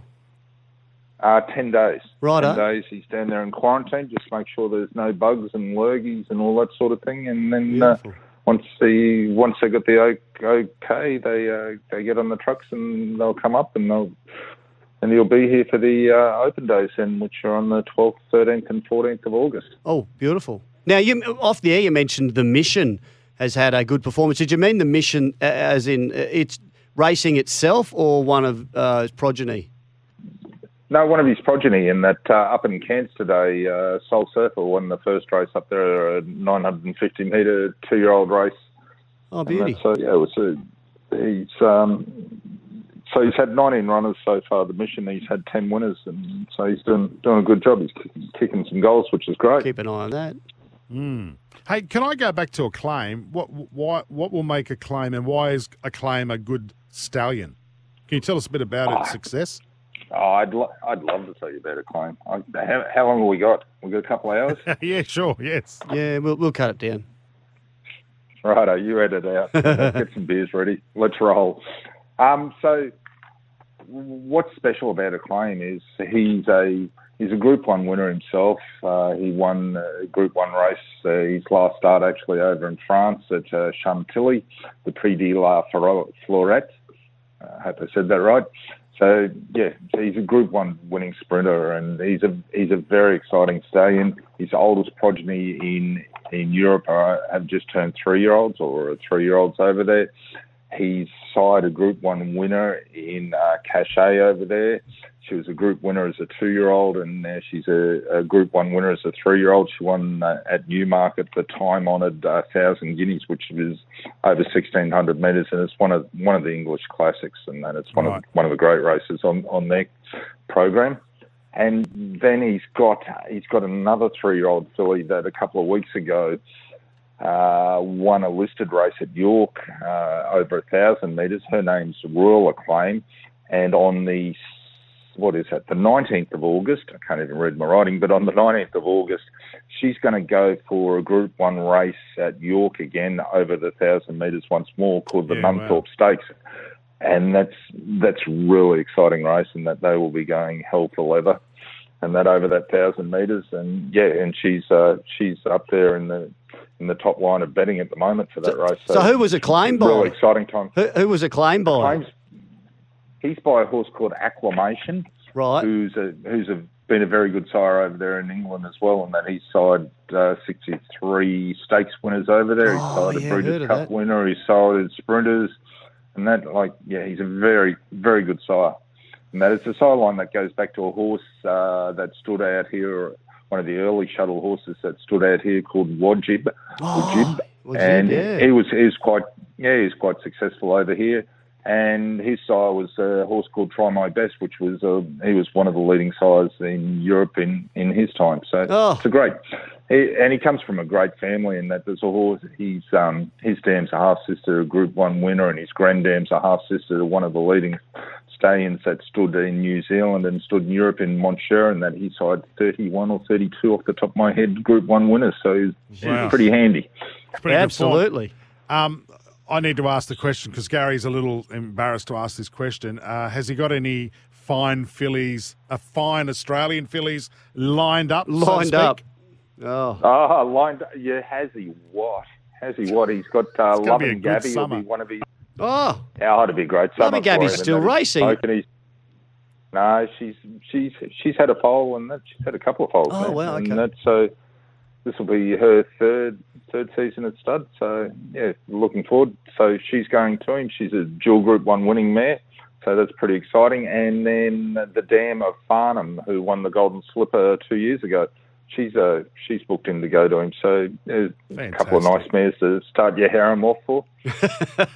[SPEAKER 7] Uh, ten days.
[SPEAKER 4] Righto.
[SPEAKER 7] Ten days. He's down there in quarantine. Just make sure there's no bugs and lurgies and all that sort of thing. And then uh, once the once they got the o- okay, they uh, they get on the trucks and they'll come up and they'll and he'll be here for the uh, open days, and which are on the 12th, 13th, and 14th of August.
[SPEAKER 4] Oh, beautiful. Now, you off the air, you mentioned the mission has had a good performance. Did you mean the mission a- as in uh, it's racing itself or one of uh, its progeny?
[SPEAKER 7] No, one of his progeny in that uh, up in Cairns today, uh, Soul Surfer won the first race up there, a 950 metre two-year-old race.
[SPEAKER 4] Oh,
[SPEAKER 7] And
[SPEAKER 4] beauty.
[SPEAKER 7] that's, uh, yeah, it was a, he's um, so he's had 19 runners so far. The mission he's had 10 winners, and so he's doing doing a good job. He's kicking, kicking some goals, which is great.
[SPEAKER 4] Keep an eye on that.
[SPEAKER 3] Hey, can I go back to a claim? What why what will make a claim, and why is a claim a good stallion? Can you tell us a bit about its success?
[SPEAKER 7] Oh, I'd lo- I'd love to tell you about it, Clem. I, how, how long have we got? We got a couple of hours.
[SPEAKER 3] yeah, sure. Yes.
[SPEAKER 4] Yeah, we'll, we'll cut it down.
[SPEAKER 7] Righto, you edit out. Get some beers ready. Let's roll. Um, so, what's special about Acclaim is he's a he's a Group One winner himself. Uh, he won a Group One race. Uh, his last start actually over in France at uh, Chantilly, the Prix de la Fro- Florette. I hope I said that right. So yeah, so he's a Group One winning sprinter, and he's a he's a very exciting stallion. His oldest progeny in in Europe are, have just turned three year olds or three year olds over there. He's side a Group One winner in uh, Cachet over there. She was a Group winner as a two year old, and now she's a, a Group One winner as a three year old. She won uh, at Newmarket the time honoured uh, Thousand Guineas, which is over sixteen hundred metres, and it's one of one of the English classics, and, and it's one
[SPEAKER 3] Right.
[SPEAKER 7] of one of the great races on on their program. And then he's got he's got another three year old filly that a couple of weeks ago uh, won a listed race at York uh, over a thousand metres. Her name's Royal Acclaim, and on the what is that? The 19th of August. I can't even read my writing, but on the 19th of August, she's going to go for a Group One race at York again over the thousand metres once more, called the
[SPEAKER 3] Yeah, wow.
[SPEAKER 7] Mumthorpe Stakes, and that's that's really exciting race, and that they will be going hell for leather and that over that thousand meters. And yeah, and she's uh, she's up there in the in the top line of betting at the moment for that race.
[SPEAKER 4] So, who was acclaimed by?
[SPEAKER 7] Really exciting time.
[SPEAKER 4] Who, who was acclaimed by?
[SPEAKER 7] Claims he's by a horse called Acclamation,
[SPEAKER 3] Mm.
[SPEAKER 4] Right.
[SPEAKER 7] who's a who's a been a very good sire over there in England as well, and that he's side uh, 63 stakes winners over there. He's
[SPEAKER 4] Oh,
[SPEAKER 7] side
[SPEAKER 4] yeah,
[SPEAKER 7] a
[SPEAKER 4] heard
[SPEAKER 7] Breeders'
[SPEAKER 4] of
[SPEAKER 7] Cup
[SPEAKER 4] that.
[SPEAKER 7] winner. He's sided sprinters, and that like yeah, he's a very very good sire. And that it's a sideline that goes back to a horse uh, that stood out here, one of the early shuttle horses that stood out here called Wajib. Wajib.
[SPEAKER 4] Wajib,
[SPEAKER 7] and
[SPEAKER 4] Oh, yeah.
[SPEAKER 7] he was he was quite yeah he was quite successful over here. And his sire was a horse called Try My Best, which was uh, he was one of the leading sires in Europe in, in his time. So
[SPEAKER 4] Oh.
[SPEAKER 7] it's a great, he, and he comes from a great family. And that there's a horse. His um his dam's a half sister, a Group One winner, and his granddam's a half sister to one of the leading stallions that stood in New Zealand and stood in Europe in Montshire, and that he side 31 or 32 off the top of my head, Group One winners. So he's,
[SPEAKER 3] Wow.
[SPEAKER 7] he's pretty handy.
[SPEAKER 3] Pretty good find.
[SPEAKER 4] Absolutely.
[SPEAKER 3] Um, I need to ask the question because Gary's a little embarrassed to ask this question. Uh, has he got any fine fillies, a fine Australian fillies lined up? so to
[SPEAKER 4] Lined
[SPEAKER 3] speak?
[SPEAKER 4] up. Oh,
[SPEAKER 7] Ah, lined. Yeah, has he what? Has he what? He's got uh,
[SPEAKER 3] It's gonna be a
[SPEAKER 7] Loving
[SPEAKER 3] good
[SPEAKER 7] Gabby. Will
[SPEAKER 3] summer.
[SPEAKER 7] be one of his.
[SPEAKER 4] oh,
[SPEAKER 7] Oh, it'd be a great summer.
[SPEAKER 4] Loving Gabby's
[SPEAKER 7] for him,
[SPEAKER 4] still
[SPEAKER 7] and that he's
[SPEAKER 4] racing.
[SPEAKER 7] smoking, he's- no, she's she's she's had a foal and that, she's had a couple of foals.
[SPEAKER 4] Oh,
[SPEAKER 7] now,
[SPEAKER 4] wow, okay.
[SPEAKER 7] And that's so. this will be her third third season at stud. So yeah, looking forward. So she's going to him. She's a dual Group One winning mare. So that's pretty exciting. And then the dam of Farnham, who won the Golden Slipper two years ago, she's uh, she's booked in to go to him. So there's a couple of nice
[SPEAKER 3] Fantastic.
[SPEAKER 7] mares to start your harem off for.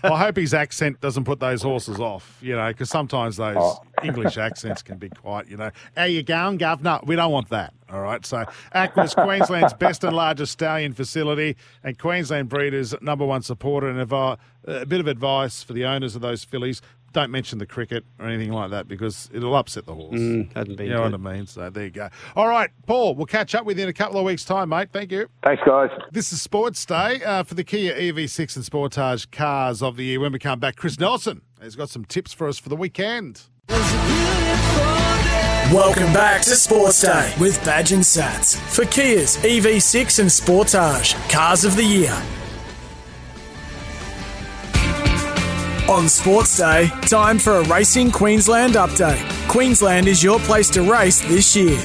[SPEAKER 3] I hope his accent doesn't put those horses off, you know, because sometimes those
[SPEAKER 7] Oh.
[SPEAKER 3] English accents can be quite, you know, how you going, governor? We don't want that. All right. So, Aqua's Queensland's best and largest stallion facility and Queensland breeders' number one supporter. And if I, a bit of advice for the owners of those fillies don't mention the cricket or anything like that because it'll upset the horse.
[SPEAKER 4] hadn't been
[SPEAKER 3] You know
[SPEAKER 4] good.
[SPEAKER 3] what I mean? So, there you go. All right, Paul, we'll catch up with you in a couple of weeks' time, mate. Thank you.
[SPEAKER 7] Thanks, guys.
[SPEAKER 3] This is Sports Day uh, for the Kia EV6 and Sportage Cars of the Year. When we come back, Chris Nelson has got some tips for us for the weekend.
[SPEAKER 2] Welcome back to Sports Day with Badge and Sats for Kia's EV6 and Sportage Cars of the Year. On Sports Day, time for a Racing Queensland update. Queensland is your place to race this year.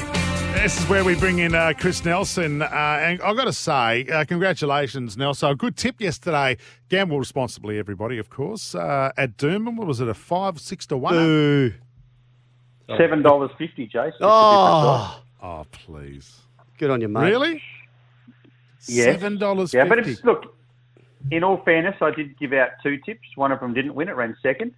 [SPEAKER 3] This is where we bring in uh, Chris Nelson. Uh, and I've got to say, uh, congratulations, Nelson. A good tip yesterday. Gamble responsibly, everybody, of course. Uh, at Doomben, what was it, a 5, 6 to 1?
[SPEAKER 4] Boo.
[SPEAKER 9] Seven dollars fifty, Jason.
[SPEAKER 4] oh,
[SPEAKER 3] Oh, please.
[SPEAKER 4] good on you, mate.
[SPEAKER 3] Really?
[SPEAKER 9] Yeah.
[SPEAKER 3] $7.50.
[SPEAKER 9] yeah, but it's, look. In all fairness, I did give out two tips. One of them didn't win; it ran second,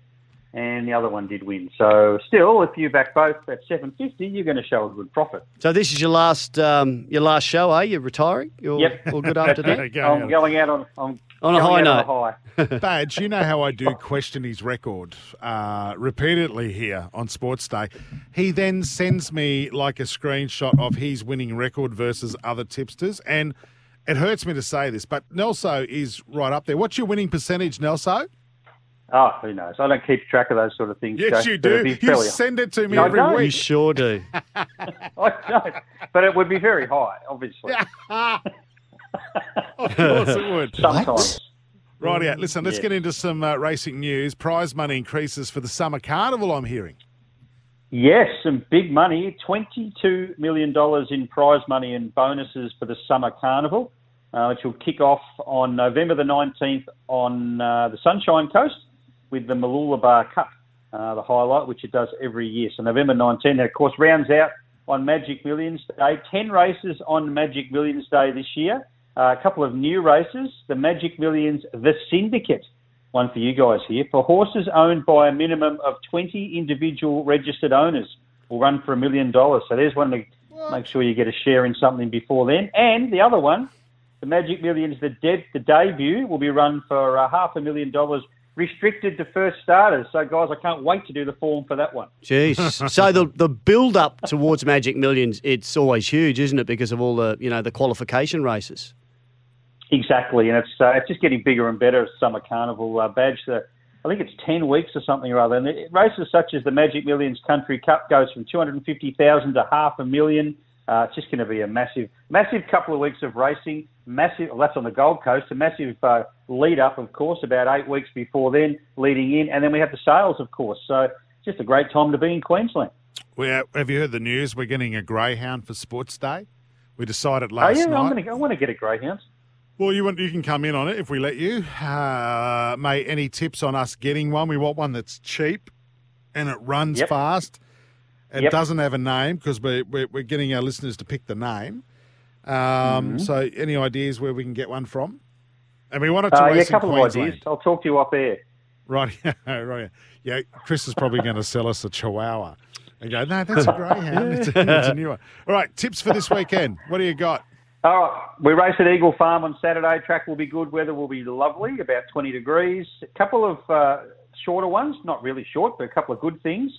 [SPEAKER 9] and the other one did win. So, still, if you back both at seven fifty, you're going to show a good profit.
[SPEAKER 4] So this is your last, um, your last show, are you? Retiring? You're
[SPEAKER 9] Yep.
[SPEAKER 4] all good after that.
[SPEAKER 3] Okay,
[SPEAKER 9] I'm
[SPEAKER 3] yeah.
[SPEAKER 9] going out on. I'm
[SPEAKER 4] On a
[SPEAKER 3] Going
[SPEAKER 4] high
[SPEAKER 3] out on
[SPEAKER 4] note.
[SPEAKER 3] a Badge, you know how I do question his record uh, repeatedly here on Sports Day. He then sends me like a screenshot of his winning record versus other tipsters, and it hurts me to say this, but Nelso is right up there. What's your winning percentage, Nelso?
[SPEAKER 9] Oh, who knows? I don't keep track of those sort of things.
[SPEAKER 3] Yes,
[SPEAKER 9] Joe,
[SPEAKER 3] you
[SPEAKER 9] but it'd
[SPEAKER 3] do.
[SPEAKER 9] be
[SPEAKER 3] You
[SPEAKER 9] fairly-
[SPEAKER 3] send it to me
[SPEAKER 9] No, I
[SPEAKER 3] every
[SPEAKER 9] don't.
[SPEAKER 3] week.
[SPEAKER 4] You sure do.
[SPEAKER 9] I don't. But it would be very high, obviously.
[SPEAKER 3] Of course it would.
[SPEAKER 9] Sometimes.
[SPEAKER 3] Right, yeah. Listen, let's
[SPEAKER 9] Yeah.
[SPEAKER 3] get into some uh, racing news. Prize money increases for the summer carnival, I'm hearing.
[SPEAKER 9] Yes, some big money. $22 million in prize money and bonuses for the summer carnival, uh, which will kick off on November the 19th on uh, the Sunshine Coast with the Malulabar Cup, uh, the highlight, which it does every year. So November 19th, and of course, rounds out on Magic Millions Day. 10 races on Magic Millions Day this year. Uh, a couple of new races, the Magic Millions, the Syndicate one for you guys here. For horses owned by a minimum of 20 individual registered owners, will run for a million dollars. So there's one to make sure you get a share in something before then. And the other one, the Magic Millions, the, de- the debut, will be run for uh, half a million dollars, restricted to first starters. So, guys, I can't wait to do the form for that one.
[SPEAKER 4] Jeez. so the the build up towards Magic Millions, it's always huge, isn't it? Because of all the you know the qualification races.
[SPEAKER 9] Exactly, and it's uh, it's just getting bigger and better. Summer Carnival uh, badge. The, I think it's ten weeks or something or other. And it, races such as the Magic Millions Country Cup goes from two hundred and fifty thousand to half a million. Uh, it's just going to be a massive, massive couple of weeks of racing. Massive. Well, that's on the Gold Coast. A massive uh, lead up, of course, about eight weeks before then, leading in, and then we have the sales, of course. So it's just a great time to be in Queensland.
[SPEAKER 3] We, uh, have you heard the news? We're getting a greyhound for Sports Day. We decided last
[SPEAKER 9] oh yeah,
[SPEAKER 3] night.
[SPEAKER 9] I'm going to. I want to get a greyhound.
[SPEAKER 3] Well, you want, you can come in on it if we let you. Uh, mate, any tips on us getting one? We want one that's cheap and it runs
[SPEAKER 9] Yep.
[SPEAKER 3] fast. It
[SPEAKER 9] Yep.
[SPEAKER 3] doesn't have a name because we're, we're, we're getting our listeners to pick the name. Um,
[SPEAKER 9] Mm-hmm.
[SPEAKER 3] So, any ideas where we can get one from? And we wanted to
[SPEAKER 9] Uh,
[SPEAKER 3] race
[SPEAKER 9] yeah,
[SPEAKER 3] in
[SPEAKER 9] a couple of
[SPEAKER 3] Queensland.
[SPEAKER 9] ideas. I'll talk to you off air.
[SPEAKER 3] Right, yeah, right. Yeah, Chris is probably going to sell us a Chihuahua. And go, no, that's a greyhound. It's, a, it's a new one. All right, tips for this weekend. What do you got?
[SPEAKER 9] All right, we race at Eagle Farm on Saturday. Track will be good. Weather will be lovely, about 20 degrees. A couple of uh, shorter ones, not really short, but a couple of good things.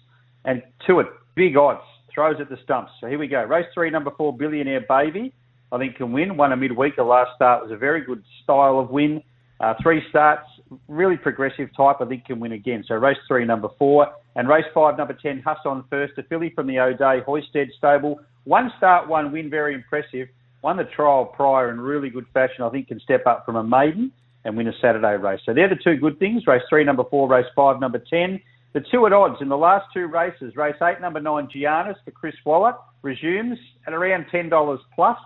[SPEAKER 9] And two at big odds, throws at the stumps. So here we go. Race three, number four, Billionaire Baby. I think can win. Won a midweek. The last start was a very good style of win. Uh, three starts, really progressive type. I think can win again. So race three, number four, and race five, number ten, Hassan First, a filly from the O'Day Hoisted stable. One start, one win, very impressive. Won the trial prior in really good fashion. I think can step up from a maiden and win a Saturday race. So they're the two good things. Race three, number four, race five, number ten. The two at odds in the last two races, race eight, number nine, Giannis for Chris Waller, resumes at around ten dollars plus.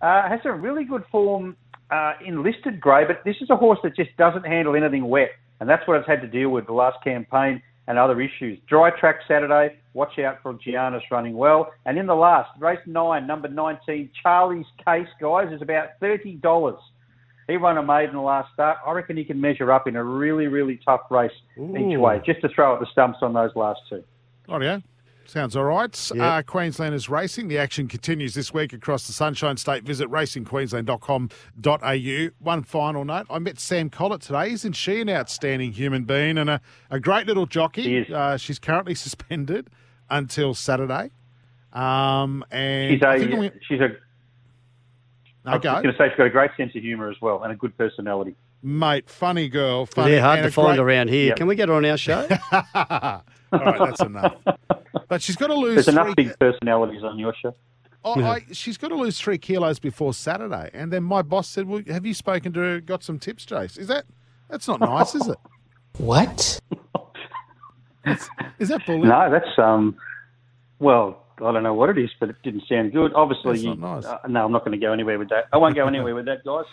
[SPEAKER 9] Uh, has a really good form uh, enlisted grey, but this is a horse that just doesn't handle anything wet, and that's what it's had to deal with the last campaign and other issues. Dry track Saturday, watch out for Giannis running well. And in the last, race nine, number 19, Charlie's Case, guys, is about $30. He won a maiden last start. I reckon he can measure up in a really, really tough race each
[SPEAKER 3] Ooh.
[SPEAKER 9] way, just to throw at the stumps on those last two.
[SPEAKER 3] Audio. Sounds all right. Uh, Queensland is racing. The action continues this week across the Sunshine State. Visit racingqueensland.com.au. One final note I met Sam Collett today. Isn't she an outstanding human being and a, a great little jockey?
[SPEAKER 9] She is.
[SPEAKER 3] Uh, she's currently suspended until Saturday. Um, and
[SPEAKER 9] She's a-
[SPEAKER 3] I think I'm gonna-
[SPEAKER 9] She's a. I was
[SPEAKER 3] Okay.
[SPEAKER 9] going to say she's got a great sense of humour as well and a good personality.
[SPEAKER 3] mate, funny girl.
[SPEAKER 4] They're
[SPEAKER 3] Funny,
[SPEAKER 4] hard
[SPEAKER 3] and
[SPEAKER 4] to
[SPEAKER 3] a
[SPEAKER 4] find
[SPEAKER 3] great-
[SPEAKER 4] around here.
[SPEAKER 3] Yeah.
[SPEAKER 4] Can we get her on our show?
[SPEAKER 3] All right, that's enough. But she's got to lose.
[SPEAKER 9] There's enough
[SPEAKER 3] three-
[SPEAKER 9] big personalities on your show.
[SPEAKER 3] Oh, I, she's got to lose three kilos before Saturday. And then my boss said, "Well, have you spoken to her? Got some tips, Jace? Is that that's not nice, is it?
[SPEAKER 9] What?
[SPEAKER 3] Is that bullying?
[SPEAKER 9] No, that's um. Well, I don't know what it is, but it didn't sound good. Obviously,
[SPEAKER 3] That's
[SPEAKER 9] you,
[SPEAKER 3] not nice.
[SPEAKER 9] uh, no, I'm not going to go anywhere with that. I won't go anywhere with that, guys.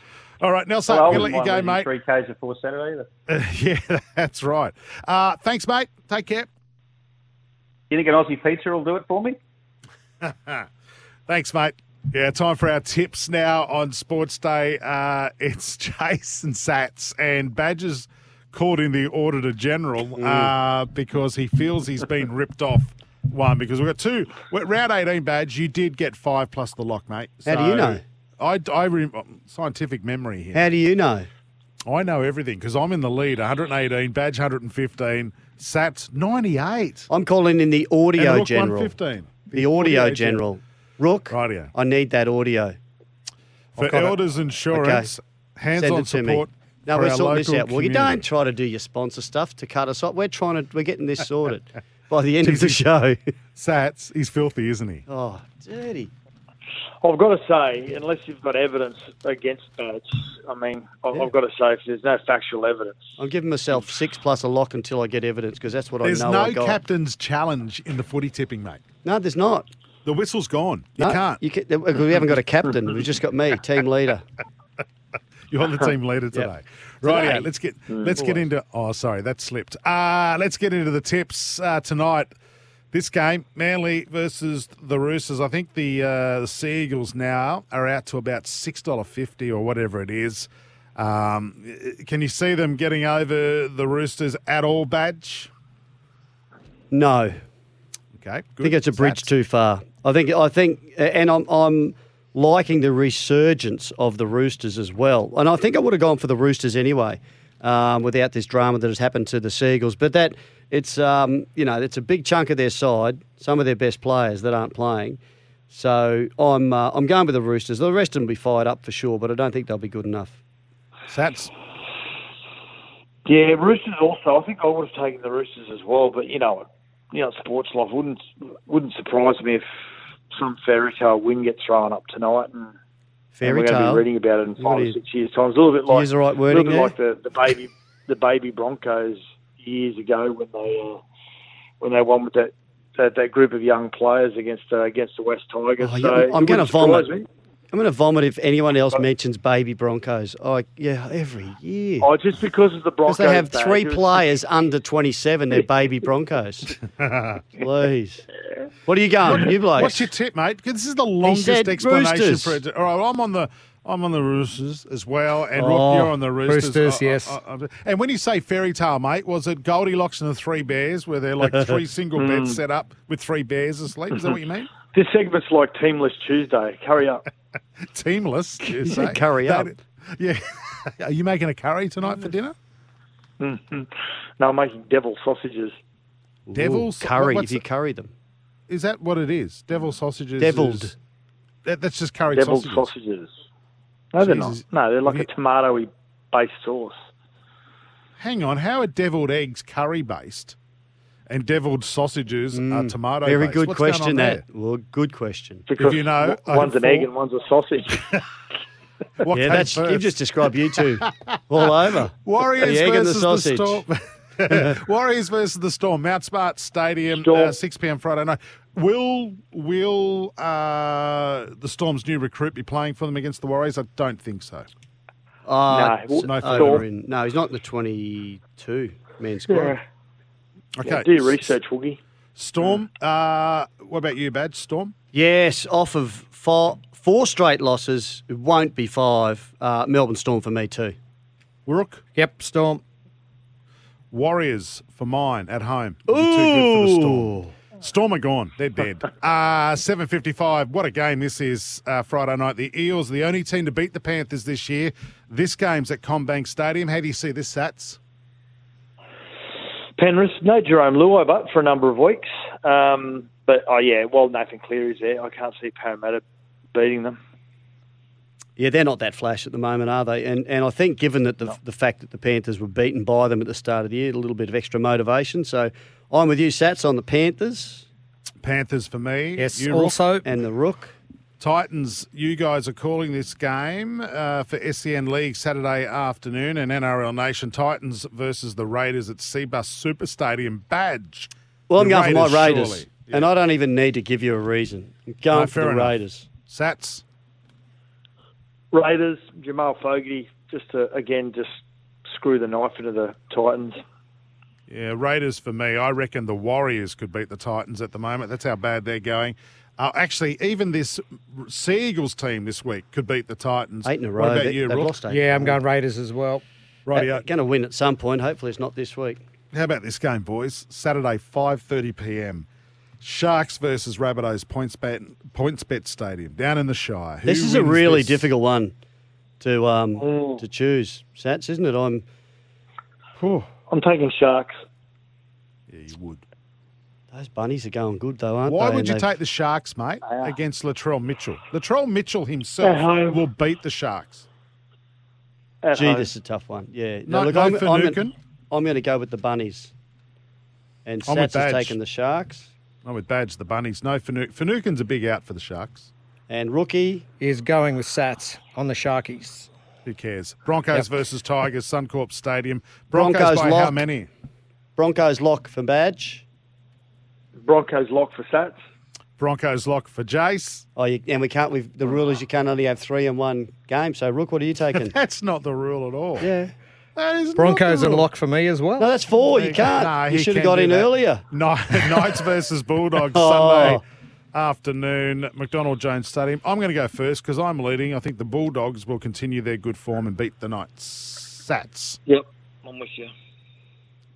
[SPEAKER 3] All right, Nelson,
[SPEAKER 9] Well, I
[SPEAKER 3] I'm gonna let
[SPEAKER 9] wouldn't
[SPEAKER 3] you go,
[SPEAKER 9] mind
[SPEAKER 3] mate.
[SPEAKER 9] losing Three Ks before Saturday either.
[SPEAKER 3] yeah, that's right. Uh, thanks, mate. Take care.
[SPEAKER 9] You think an Aussie pizza will do it for me?
[SPEAKER 3] Thanks, mate. Yeah, time for our tips now on Sports Day. Uh, it's Jason Sats and Badger's called in the Auditor
[SPEAKER 4] Mm.
[SPEAKER 3] General uh, because he feels he's been ripped off. One because we've got two. Well, round eighteen badge. You did get five plus the lock, mate.
[SPEAKER 4] How do you know?
[SPEAKER 3] I, I re- um, scientific memory here.
[SPEAKER 4] How do you know?
[SPEAKER 3] I know everything because I'm in the lead 118, badge 115, sats 98.
[SPEAKER 4] I'm calling in the audio
[SPEAKER 3] and Rook
[SPEAKER 4] general.
[SPEAKER 3] 115.
[SPEAKER 4] The audio general. Rook,
[SPEAKER 3] Rightio.
[SPEAKER 4] I need that audio.
[SPEAKER 3] For
[SPEAKER 4] I've got it.
[SPEAKER 3] Elders Insurance, hands
[SPEAKER 4] Send
[SPEAKER 3] on
[SPEAKER 4] it to me.
[SPEAKER 3] support.
[SPEAKER 4] No,
[SPEAKER 3] for
[SPEAKER 4] we're
[SPEAKER 3] our
[SPEAKER 4] sorting this
[SPEAKER 3] local
[SPEAKER 4] out. Well, you
[SPEAKER 3] community.
[SPEAKER 4] don't try to do your sponsor stuff to cut us off. We're trying to. We're getting this sorted by the end of the show.
[SPEAKER 3] Sats, he's filthy, isn't he?
[SPEAKER 4] Oh, dirty.
[SPEAKER 10] I've got to say, unless you've got evidence against Badge, I mean, I-
[SPEAKER 4] Yeah.
[SPEAKER 10] I've got to say, if there's no factual evidence,
[SPEAKER 4] I'm giving myself six plus a lock until I get evidence because that's what
[SPEAKER 3] There's
[SPEAKER 4] I know.
[SPEAKER 3] no
[SPEAKER 4] I Oh, got.
[SPEAKER 3] captain's challenge in the footy tipping, mate.
[SPEAKER 4] no, there's not.
[SPEAKER 3] The whistle's gone. You
[SPEAKER 4] No,
[SPEAKER 3] can't.
[SPEAKER 4] You can, we haven't got a captain. We've just got me, team leader.
[SPEAKER 3] You're on the team leader today. Right, yeah, let's get
[SPEAKER 4] Mm.
[SPEAKER 3] let's get into Oh, sorry, that slipped. Uh let's get into the tips uh, tonight. This game, Manly versus the Roosters. I think the uh, Seagulls now are out to about six dollar fifty or whatever it is. Um, i- can you see them getting over the Roosters at all, Badge?
[SPEAKER 4] No,
[SPEAKER 3] Okay,
[SPEAKER 4] I think it's a bridge too far. I think I think, and I'm I'm liking the resurgence of the Roosters as well. And I think I would have gone for the Roosters anyway, um, without this drama that has happened to the Seagulls. But that it's um, you know it's a big chunk of their side, some of their best players that aren't playing. So I'm uh, I'm going with the Roosters. The rest of them will be fired up for sure, but I don't think they'll be good enough.
[SPEAKER 3] Sats.
[SPEAKER 10] yeah, Roosters also. I think I would have taken the Roosters as well, but you know, you know, sports life wouldn't wouldn't surprise me if some fairy tale win gets thrown up tonight, and, and
[SPEAKER 4] Fairy
[SPEAKER 10] we're going to
[SPEAKER 4] tale.
[SPEAKER 10] be reading about it in
[SPEAKER 4] What
[SPEAKER 10] five
[SPEAKER 4] is-
[SPEAKER 10] or six years' time. It's a little bit like
[SPEAKER 4] Use the right
[SPEAKER 10] a little
[SPEAKER 4] wording
[SPEAKER 10] bit
[SPEAKER 4] there.
[SPEAKER 10] like the, the baby the baby Broncos years ago when they uh, when they won with that. That, that group of young players against uh, against the West Tigers.
[SPEAKER 4] Oh, yeah,
[SPEAKER 10] so
[SPEAKER 4] I'm-
[SPEAKER 10] it
[SPEAKER 4] I'm going to
[SPEAKER 10] wouldn't surprise
[SPEAKER 4] vomit.
[SPEAKER 10] me.
[SPEAKER 4] I'm going to vomit if anyone else mentions baby Broncos. Oh, yeah, every year.
[SPEAKER 10] Oh, just because of the Broncos.
[SPEAKER 4] Because they have three
[SPEAKER 10] mate.
[SPEAKER 4] players under 27, they're baby Broncos. Please. What are you going? you blokes.
[SPEAKER 3] What's your tip, mate? Because this is the longest
[SPEAKER 4] said
[SPEAKER 3] explanation
[SPEAKER 4] roosters.
[SPEAKER 3] for it. All right, I'm on the I'm on the Roosters as well, and
[SPEAKER 4] Oh,
[SPEAKER 3] Rook, you're on the Roosters.
[SPEAKER 11] Roosters, yes.
[SPEAKER 3] and when you say fairy tale, mate, was it Goldilocks and the Three Bears, where they're like three single beds
[SPEAKER 4] Hmm.
[SPEAKER 10] Mm.
[SPEAKER 3] set up with three bears asleep? Is that what you mean?
[SPEAKER 10] This segment's like Teamless Tuesday. Hurry up.
[SPEAKER 3] Teamless. you
[SPEAKER 10] You
[SPEAKER 3] say?
[SPEAKER 10] said curry
[SPEAKER 3] That-
[SPEAKER 10] up.
[SPEAKER 3] Yeah. Are you making a curry tonight for dinner?
[SPEAKER 10] Mhm. no, I'm making devil sausages.
[SPEAKER 3] Devils
[SPEAKER 4] curry,
[SPEAKER 3] what-
[SPEAKER 4] if you curry them.
[SPEAKER 3] Is that what it is? Devil sausages.
[SPEAKER 4] Deviled.
[SPEAKER 3] is- that, that's just curry
[SPEAKER 10] Deviled
[SPEAKER 3] sausages.
[SPEAKER 10] sausages. No, they're not.
[SPEAKER 3] Jesus.
[SPEAKER 10] No, they're like a tomatoey based sauce.
[SPEAKER 3] Hang on, how are deviled eggs curry based and deviled sausages are tomato
[SPEAKER 4] Mm, Very
[SPEAKER 3] based?
[SPEAKER 4] good
[SPEAKER 3] What's going
[SPEAKER 4] question,
[SPEAKER 3] on
[SPEAKER 4] that.
[SPEAKER 3] there?
[SPEAKER 4] Well, good question.
[SPEAKER 10] Because
[SPEAKER 3] you know,
[SPEAKER 10] w- one's an
[SPEAKER 3] I-
[SPEAKER 10] egg and one's a sausage.
[SPEAKER 3] What
[SPEAKER 4] yeah,
[SPEAKER 3] came
[SPEAKER 4] that's,
[SPEAKER 3] first?
[SPEAKER 4] you've just described you two all over.
[SPEAKER 3] Warriors
[SPEAKER 4] the egg and the
[SPEAKER 3] versus
[SPEAKER 4] sausage.
[SPEAKER 3] the Storm. Warriors versus the Storm, Mount Smart Stadium, uh, 6 p.m. Friday night. Will will uh, the Storm's new recruit be playing for them against the Warriors? I don't think so.
[SPEAKER 4] Uh,
[SPEAKER 10] No,
[SPEAKER 4] it's
[SPEAKER 3] no
[SPEAKER 4] over
[SPEAKER 3] thought.
[SPEAKER 4] in- no, he's not in the 22 man squad.
[SPEAKER 10] yeah.
[SPEAKER 3] Okay.
[SPEAKER 10] Yeah, do your research, Woogie.
[SPEAKER 3] Storm, uh, what about you, Badge? Storm?
[SPEAKER 4] Yes, off of four, four straight losses, it won't be five. Uh, Melbourne Storm for me too.
[SPEAKER 3] Rook?
[SPEAKER 11] Yep, Storm.
[SPEAKER 3] Warriors for mine at home. It'll be Too good for the Storm. Storm are gone. They're dead. Uh, 7.55. What a game this is uh, Friday night. The Eels, the only team to beat the Panthers this year. This game's at Combank Stadium. How do you see this, Sats?
[SPEAKER 10] Penrith, no Jerome Luai, but for a number of weeks. Um, but, oh, yeah, well, Nathan Cleary's there. I can't see Parramatta beating them.
[SPEAKER 4] Yeah, they're not that flash at the moment, are they? And and I think given that the, the fact that the Panthers were beaten by them at the start of the year, a little bit of extra motivation. So I'm with you, Sats, on the Panthers
[SPEAKER 3] Panthers for me.
[SPEAKER 11] Yes,
[SPEAKER 3] You, Rook?
[SPEAKER 11] also.
[SPEAKER 4] and the Rook.
[SPEAKER 3] Titans, you guys are calling this game uh, for SEN League Saturday afternoon and NRL Nation Titans versus the Raiders at Seabus Super Stadium. Badge.
[SPEAKER 4] Well, I'm
[SPEAKER 3] The
[SPEAKER 4] going for my Raiders,
[SPEAKER 3] surely.
[SPEAKER 4] and I don't even need to give you a reason. I'm going
[SPEAKER 3] No,
[SPEAKER 4] for
[SPEAKER 3] fair
[SPEAKER 4] the
[SPEAKER 3] enough.
[SPEAKER 4] Raiders.
[SPEAKER 3] Sats.
[SPEAKER 10] Raiders, Jamal Fogarty, just to, again, just screw the knife into the Titans.
[SPEAKER 3] Yeah, Raiders for me. I reckon the Warriors could beat the Titans at the moment. That's how bad they're going. Uh, actually, even this Seagulls team this week could beat the Titans.
[SPEAKER 4] Eight in a row.
[SPEAKER 3] What about
[SPEAKER 4] They-
[SPEAKER 3] you,
[SPEAKER 4] they've
[SPEAKER 3] Rook?
[SPEAKER 4] lost eight.
[SPEAKER 11] Yeah, I'm going Raiders as well.
[SPEAKER 3] Rightio.
[SPEAKER 4] Going to win at some point. Hopefully, it's not this week.
[SPEAKER 3] How about this game, boys? Saturday, 5.30 p.m. Sharks versus Rabbitohs, Points Bet, Points Bet Stadium, down in the Shire. Who
[SPEAKER 4] this is a
[SPEAKER 3] wins
[SPEAKER 4] really
[SPEAKER 3] this?
[SPEAKER 4] difficult one. to um, to choose. Sats, isn't it? I'm.
[SPEAKER 10] I'm taking sharks.
[SPEAKER 4] Yeah, you would. Those bunnies are going good though, aren't
[SPEAKER 3] Why
[SPEAKER 4] they?
[SPEAKER 3] would you
[SPEAKER 4] And
[SPEAKER 3] take the Sharks, mate, against Latrell Mitchell? Latrell Mitchell
[SPEAKER 4] At
[SPEAKER 3] himself
[SPEAKER 4] home.
[SPEAKER 3] will beat the Sharks.
[SPEAKER 4] they've- Gee,
[SPEAKER 3] home.
[SPEAKER 4] this is a tough one. Yeah.
[SPEAKER 3] No- no
[SPEAKER 4] I'm, I'm,
[SPEAKER 3] Finucane.
[SPEAKER 4] gonna, I'm gonna go with the bunnies. And
[SPEAKER 3] I'm with
[SPEAKER 4] Sats has
[SPEAKER 3] Badge.
[SPEAKER 4] taken the Sharks.
[SPEAKER 3] I'm with Badge, the Bunnies. No, Fanuk. Fanukin's a big out for the Sharks.
[SPEAKER 4] And rookie
[SPEAKER 11] is going with Sats on the Sharkies.
[SPEAKER 3] Who cares? Broncos
[SPEAKER 11] Yep.
[SPEAKER 3] versus Tigers, Suncorp Stadium. Broncos,
[SPEAKER 4] Broncos
[SPEAKER 3] by how
[SPEAKER 4] lock.
[SPEAKER 3] many?
[SPEAKER 4] Broncos lock for Badge.
[SPEAKER 10] Broncos lock for Sats.
[SPEAKER 3] Broncos lock for Jace.
[SPEAKER 4] Oh, you, and we can't. We've, the rule is you can't only have three in one game. So, Rook, what are you taking?
[SPEAKER 3] That's not the rule at all.
[SPEAKER 4] Yeah.
[SPEAKER 3] That is not
[SPEAKER 11] Broncos
[SPEAKER 3] the
[SPEAKER 11] are
[SPEAKER 3] rule.
[SPEAKER 11] locked for me as well.
[SPEAKER 4] No, that's four. You
[SPEAKER 3] He-
[SPEAKER 4] can't.
[SPEAKER 3] no, he
[SPEAKER 4] you should have
[SPEAKER 3] can
[SPEAKER 4] got
[SPEAKER 3] do
[SPEAKER 4] in
[SPEAKER 3] that.
[SPEAKER 4] earlier.
[SPEAKER 3] No, Knights versus Bulldogs
[SPEAKER 4] Oh.
[SPEAKER 3] Sunday afternoon, McDonald Jones Stadium. I'm going to go first because I'm leading. I think the Bulldogs will continue their good form and beat the Knights. Sats.
[SPEAKER 10] Yep, I'm with you.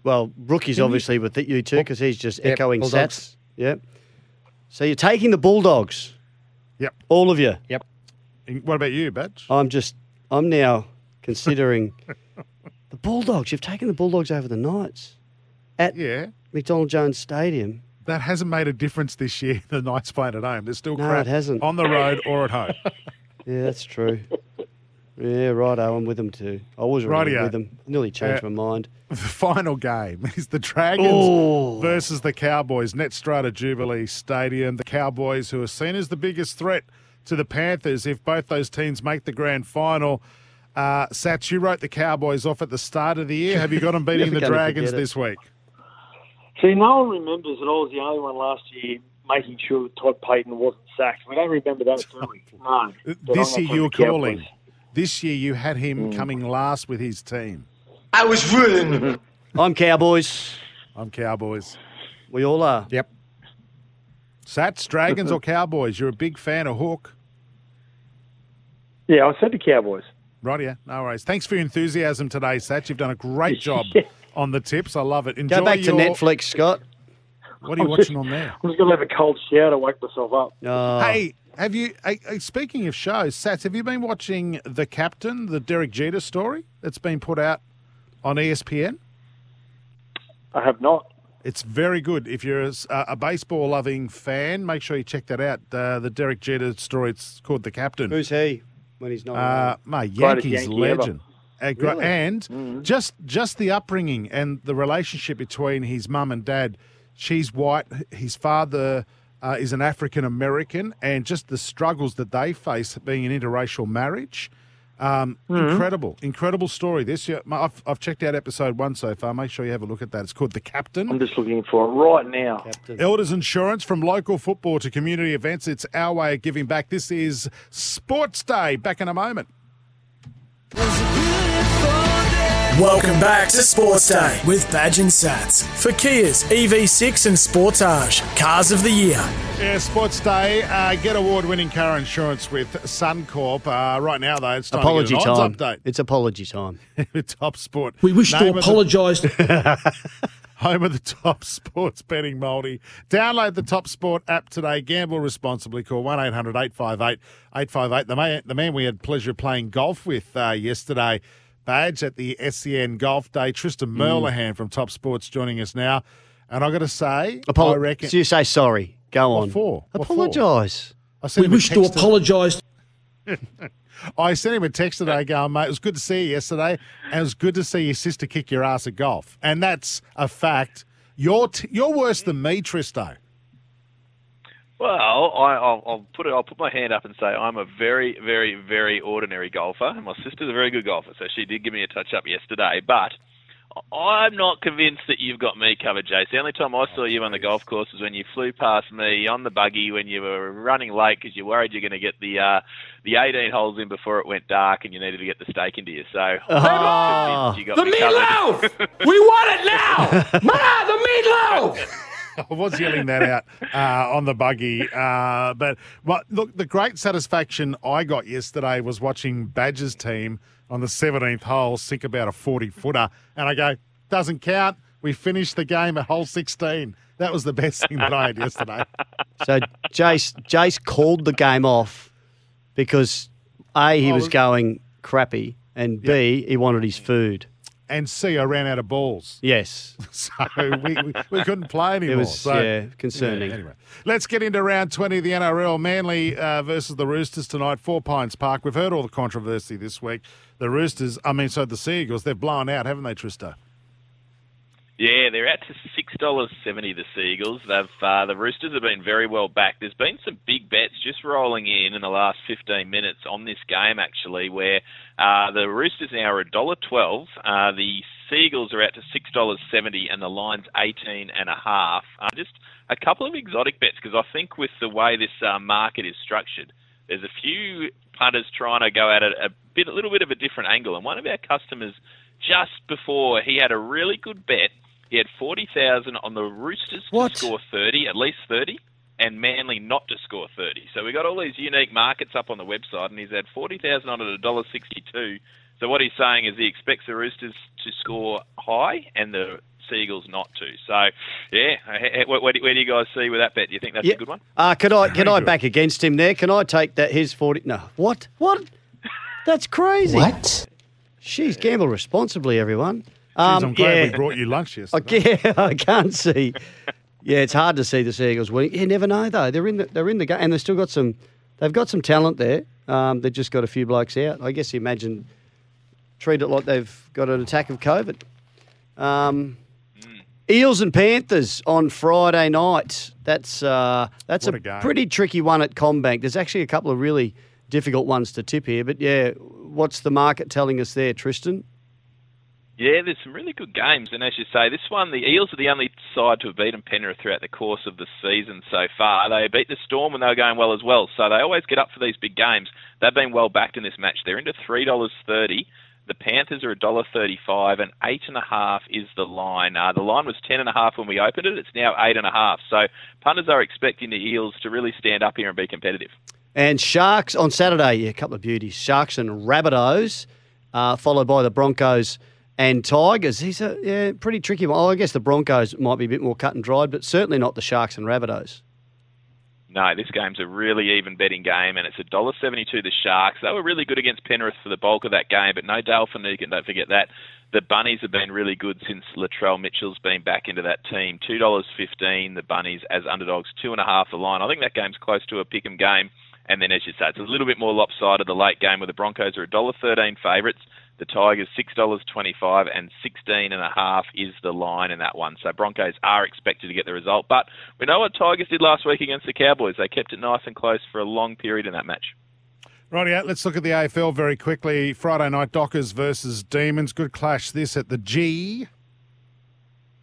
[SPEAKER 4] Well, Rookie's obviously with you too because he's just
[SPEAKER 3] Oh. Yep,
[SPEAKER 4] echoing
[SPEAKER 3] Bulldogs.
[SPEAKER 4] Sats. Yep. So you're taking the Bulldogs.
[SPEAKER 3] Yep.
[SPEAKER 4] All of you.
[SPEAKER 11] Yep.
[SPEAKER 3] And What about you, Badge?
[SPEAKER 4] I'm just. I'm now considering the Bulldogs. You've taken the Bulldogs over the Knights at
[SPEAKER 3] yeah.
[SPEAKER 4] McDonald Jones Stadium.
[SPEAKER 3] That hasn't made a difference this year. The Knights playing at home. They're still
[SPEAKER 4] No,
[SPEAKER 3] crap
[SPEAKER 4] it hasn't.
[SPEAKER 3] on the road or at home.
[SPEAKER 4] Yeah, that's true. yeah, right. I'm with them too. I was already
[SPEAKER 3] Rightio.
[SPEAKER 4] with them. Nearly changed
[SPEAKER 3] Yeah.
[SPEAKER 4] my mind.
[SPEAKER 3] the final game is the Dragons
[SPEAKER 4] Ooh.
[SPEAKER 3] versus the Cowboys, Netstrata Jubilee Stadium. The Cowboys, who are seen as the biggest threat to the Panthers if both those teams make the grand final. Uh, Sats, you wrote the Cowboys off at the start of the year. Have you got them beating
[SPEAKER 4] Never
[SPEAKER 3] the
[SPEAKER 4] gonna
[SPEAKER 3] Dragons
[SPEAKER 4] forget it.
[SPEAKER 3] this week?
[SPEAKER 10] See, no one remembers that I was the only one last year making sure that Todd Payton wasn't sacked. We don't remember that, do we? No. But
[SPEAKER 3] this
[SPEAKER 10] I'm
[SPEAKER 3] year
[SPEAKER 10] not
[SPEAKER 3] you were
[SPEAKER 10] with the Cowboys. Mm.
[SPEAKER 3] calling. This year you had him coming last with his team.
[SPEAKER 10] I was ruined.
[SPEAKER 4] I'm Cowboys.
[SPEAKER 3] I'm Cowboys.
[SPEAKER 4] We all are.
[SPEAKER 11] Yep.
[SPEAKER 3] Sats, Dragons or Cowboys? You're a big fan of Hook.
[SPEAKER 10] Yeah, I said the Cowboys.
[SPEAKER 3] Right, yeah, no worries. Thanks for your enthusiasm today, Sats. You've done a great job on the tips. I love it. Enjoy
[SPEAKER 4] Go back
[SPEAKER 3] your-
[SPEAKER 4] to Netflix, Scott.
[SPEAKER 3] What are you watching on there?
[SPEAKER 10] I'm just going to have a cold shower to wake myself up.
[SPEAKER 4] Oh,
[SPEAKER 3] Hey, have you? Hey, hey, speaking of shows, Sats, have you been watching The Captain, the Derek Jeter story that's been put out on E ESPN?
[SPEAKER 10] I have not.
[SPEAKER 3] It's very good. If you're a, s- a- a baseball loving fan, make sure you check that out. Uh, the Derek Jeter story. It's called The Captain.
[SPEAKER 4] Who's he when he's not?
[SPEAKER 3] Uh,
[SPEAKER 4] around?
[SPEAKER 3] my
[SPEAKER 10] Greatest
[SPEAKER 3] Yankees
[SPEAKER 10] Yankee ever. Mm-hmm.
[SPEAKER 3] legend. A gr-
[SPEAKER 4] Really?
[SPEAKER 3] And just just the upbringing and the relationship between his mum and dad. She's white. His father uh, is an African American, and just the struggles that they face being an interracial marriage. Um,
[SPEAKER 10] Mm-hmm.
[SPEAKER 3] Incredible, incredible story. This year, my, I've, I've checked out episode one so far. Make sure you have a look at that. It's called The Captain.
[SPEAKER 10] I'm just looking for it right now.
[SPEAKER 3] Elders Insurance from local football to community events. It's our way of giving back. This is Sports Day. Back in a moment.
[SPEAKER 2] Welcome back to Sports Day with Badge and Sats. For Kia's EV6 and Sportage, Cars of the Year.
[SPEAKER 3] Yeah, Sports Day. Uh, get award-winning car insurance with Suncorp. Uh, right now, though, it's time
[SPEAKER 4] apology
[SPEAKER 3] to get an
[SPEAKER 4] time.
[SPEAKER 3] odds
[SPEAKER 4] It's apology time.
[SPEAKER 3] update with Top Sport.
[SPEAKER 12] We wish
[SPEAKER 3] Name of
[SPEAKER 12] to
[SPEAKER 3] the-
[SPEAKER 12] apologise.
[SPEAKER 3] home of the Top Sports betting multi. Download the Top Sport app today. Gamble responsibly. Call 1-800-858-858. The man, the man we had pleasure of playing golf with uh, yesterday, Badge, at the SEN Golf Day. Tristan
[SPEAKER 4] Mm.
[SPEAKER 3] Merlihan from Top Sports joining us now. And i got to say, I
[SPEAKER 4] Apolo-
[SPEAKER 3] reckon...
[SPEAKER 4] So you say sorry. Go on.
[SPEAKER 3] What for? What for?
[SPEAKER 4] Apologise.
[SPEAKER 3] I sent
[SPEAKER 12] we
[SPEAKER 3] him a
[SPEAKER 12] wish to
[SPEAKER 3] text-
[SPEAKER 12] apologise.
[SPEAKER 3] I sent him a text today going, mate, it was good to see you yesterday, and it was good to see your sister kick your ass at golf. And that's a fact. You're, t- you're worse than me, Tristo.
[SPEAKER 13] Well, I, I'll, I'll put it. I'll put my hand up and say I'm a very, very, very ordinary golfer, and my sister's a very good golfer. So she did give me a touch up yesterday, but I'm not convinced that you've got me covered, Jace. The only time I saw you on the golf course was when you flew past me on the buggy when you were running late because you worried you're going to get the uh, the 18 holes in before it went dark, and you needed to get the steak into you. So I'm
[SPEAKER 12] Ah.
[SPEAKER 13] not convinced you got
[SPEAKER 12] The
[SPEAKER 13] me covered.
[SPEAKER 12] we want it now! Ma, the meatloaf!
[SPEAKER 3] I was yelling that out uh, on the buggy. Uh, but well, look, the great satisfaction I got yesterday was watching Badger's team on the 17th hole sink about a 40 footer. And I go, doesn't count. We finished the game at hole 16. That was the best thing that I had yesterday.
[SPEAKER 4] So
[SPEAKER 3] Oh,
[SPEAKER 4] Jace Jace called the game off because A, he was going crappy, and B, he wanted his food.
[SPEAKER 3] And C, I ran out of balls.
[SPEAKER 4] Yes.
[SPEAKER 3] so we, we, we couldn't play anymore.
[SPEAKER 4] It was
[SPEAKER 3] so,
[SPEAKER 4] yeah, concerning.
[SPEAKER 3] yeah, anyway, let's get into round 20 of the NRL. Manly uh, versus the Roosters tonight, Four Pines Park. We've heard all the controversy this week. The Roosters, I mean, so the Seagulls, they've blown out, haven't they, Trista?
[SPEAKER 7] Yeah, they're out to six dollars seventy. The Seagulls. They've uh, the Roosters have been very well back. There's been some big bets just rolling in in the last fifteen minutes on this game actually, where uh, the Roosters now are a dollar twelve. Uh, the Seagulls are out to six dollars seventy, and the line's eighteen and a half. Uh, just a couple of exotic bets because I think with the way this uh, market is structured, there's a few punters trying to go at it a bit, a little bit of a different angle. And one of our customers just before he had a really good bet. He had forty thousand on the Roosters to score thirty, at least thirty, and Manly not to score thirty. So we got all these unique markets up on the website, and he's had forty thousand on it at a dollar sixty-two. So what he's saying is he expects the Roosters to score high and the Seagulls not to. So, yeah, h- h- where, where do where do you guys see with that bet? Do you think that's
[SPEAKER 4] Yeah.
[SPEAKER 7] a good one?
[SPEAKER 4] Uh, could I could I back against him there? Can I take that? His forty. No, what? What? That's crazy. What? She's gamble responsibly, everyone.
[SPEAKER 3] Jeez, I'm glad we brought you lunch
[SPEAKER 4] Um, I
[SPEAKER 3] yesterday.
[SPEAKER 4] can't, I can't see. Yeah, it's hard to see the Seagulls winning. You never know though. They're in the they're in the game, and they've still got some. They've got some talent there. Um, they've just got a few blokes out. I guess you imagine treat it like they've got an attack of COVID. Um,
[SPEAKER 3] Hmm.
[SPEAKER 4] Eels and Panthers on Friday night. That's uh, that's
[SPEAKER 3] What
[SPEAKER 4] a,
[SPEAKER 3] a game.
[SPEAKER 4] pretty tricky one at Combank. There's actually a couple of really difficult ones to tip here, but yeah, what's the market telling us there, Tristan?
[SPEAKER 7] Yeah, there's some really good games, and as you say, this one the Eels are the only side to have beaten Penrith throughout the course of the season so far. They beat the Storm when they were going well as well, so they always get up for these big games. They've been well backed in this match. They're into three dollars thirty. The Panthers are a dollar thirty-five, and eight and a half is the line. Uh, the line was ten and a half when we opened it. It's now eight and a half. So punters are expecting the Eels to really stand up here and be competitive.
[SPEAKER 4] And Sharks on Saturday, yeah, a couple of beauties. Sharks and Rabbitohs, uh, followed by the Broncos and Tigers. These are yeah, pretty tricky one. Oh, I guess the Broncos might be a bit more cut and dried, but certainly not the Sharks and Rabbitohs.
[SPEAKER 7] No, this game's a really even betting game, and it's a dollar seventy-two. The Sharks they were really good against Penrith for the bulk of that game, but no Dale Finucane. Don't forget that. The Bunnies have been really good since Latrell Mitchell's been back into that team. Two dollars fifteen. The Bunnies as underdogs, two and a half the line. I think that game's close to a pick'em game, and then as you say, it's a little bit more lopsided. The late game where the Broncos are a dollar thirteen favourites. The Tigers six dollars twenty-five and sixteen and a half is the line in that one. So Broncos are expected to get the result, but we know what Tigers did last week against the Cowboys. They kept it nice and close for a long period in that match.
[SPEAKER 3] Rightio, let's look at the AFL very quickly. Friday night, Dockers versus Demons. Good clash this at the G.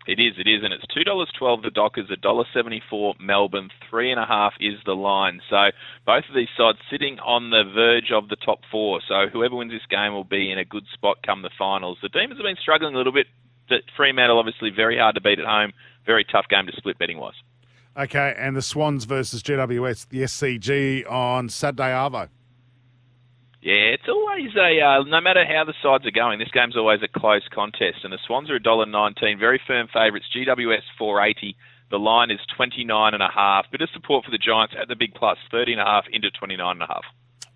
[SPEAKER 7] It is, it is, and it's two dollars twelve. The Dockers, a dollar seventy four. Melbourne, three and a half is the line. So both of these sides sitting on the verge of the top four. So whoever wins this game will be in a good spot come the finals. The Demons have been struggling a little bit. The Fremantle, obviously, very hard to beat at home. Very tough game to split betting wise.
[SPEAKER 3] Okay, and the Swans versus GWS, the SCG on Saturday, Arvo.
[SPEAKER 7] Yeah, it's always a uh, no matter how the sides are going, this game's always a close contest. And the Swans are a dollar nineteen, very firm favourites. GWS four eighty. The line is twenty nine and a half. Bit of support for the Giants at the big plus thirty and a half into twenty nine and a half.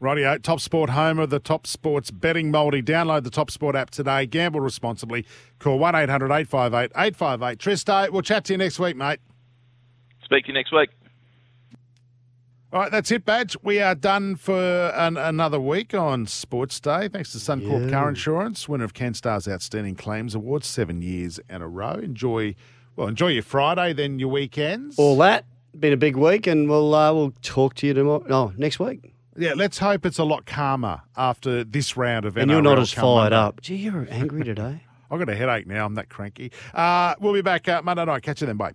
[SPEAKER 3] Rightio, Top Sport Homer, the Top Sports betting multi. Download the Top Sport app today. Gamble responsibly. Call 1 800 858 858. Tristo, we'll chat to you next week, mate.
[SPEAKER 7] Speak to you next week.
[SPEAKER 3] All right, that's it, Badge. We are done for an, another week on Sports Day. Thanks to Suncorp Car Insurance, winner of CanStar's Outstanding Claims Award seven years in a row. Enjoy, well, enjoy your Friday, then your weekends.
[SPEAKER 4] All that been a big week, and we'll uh, we'll talk to you tomorrow. Oh, next week.
[SPEAKER 3] Yeah, let's hope it's a lot calmer after this round of
[SPEAKER 4] And you're not
[SPEAKER 3] NRL
[SPEAKER 4] as
[SPEAKER 3] come
[SPEAKER 4] fired
[SPEAKER 3] Monday.
[SPEAKER 4] up. Gee, you're angry today.
[SPEAKER 3] I've got a headache now. I'm that cranky. Uh, we'll be back uh, Monday night. Catch you then. Bye.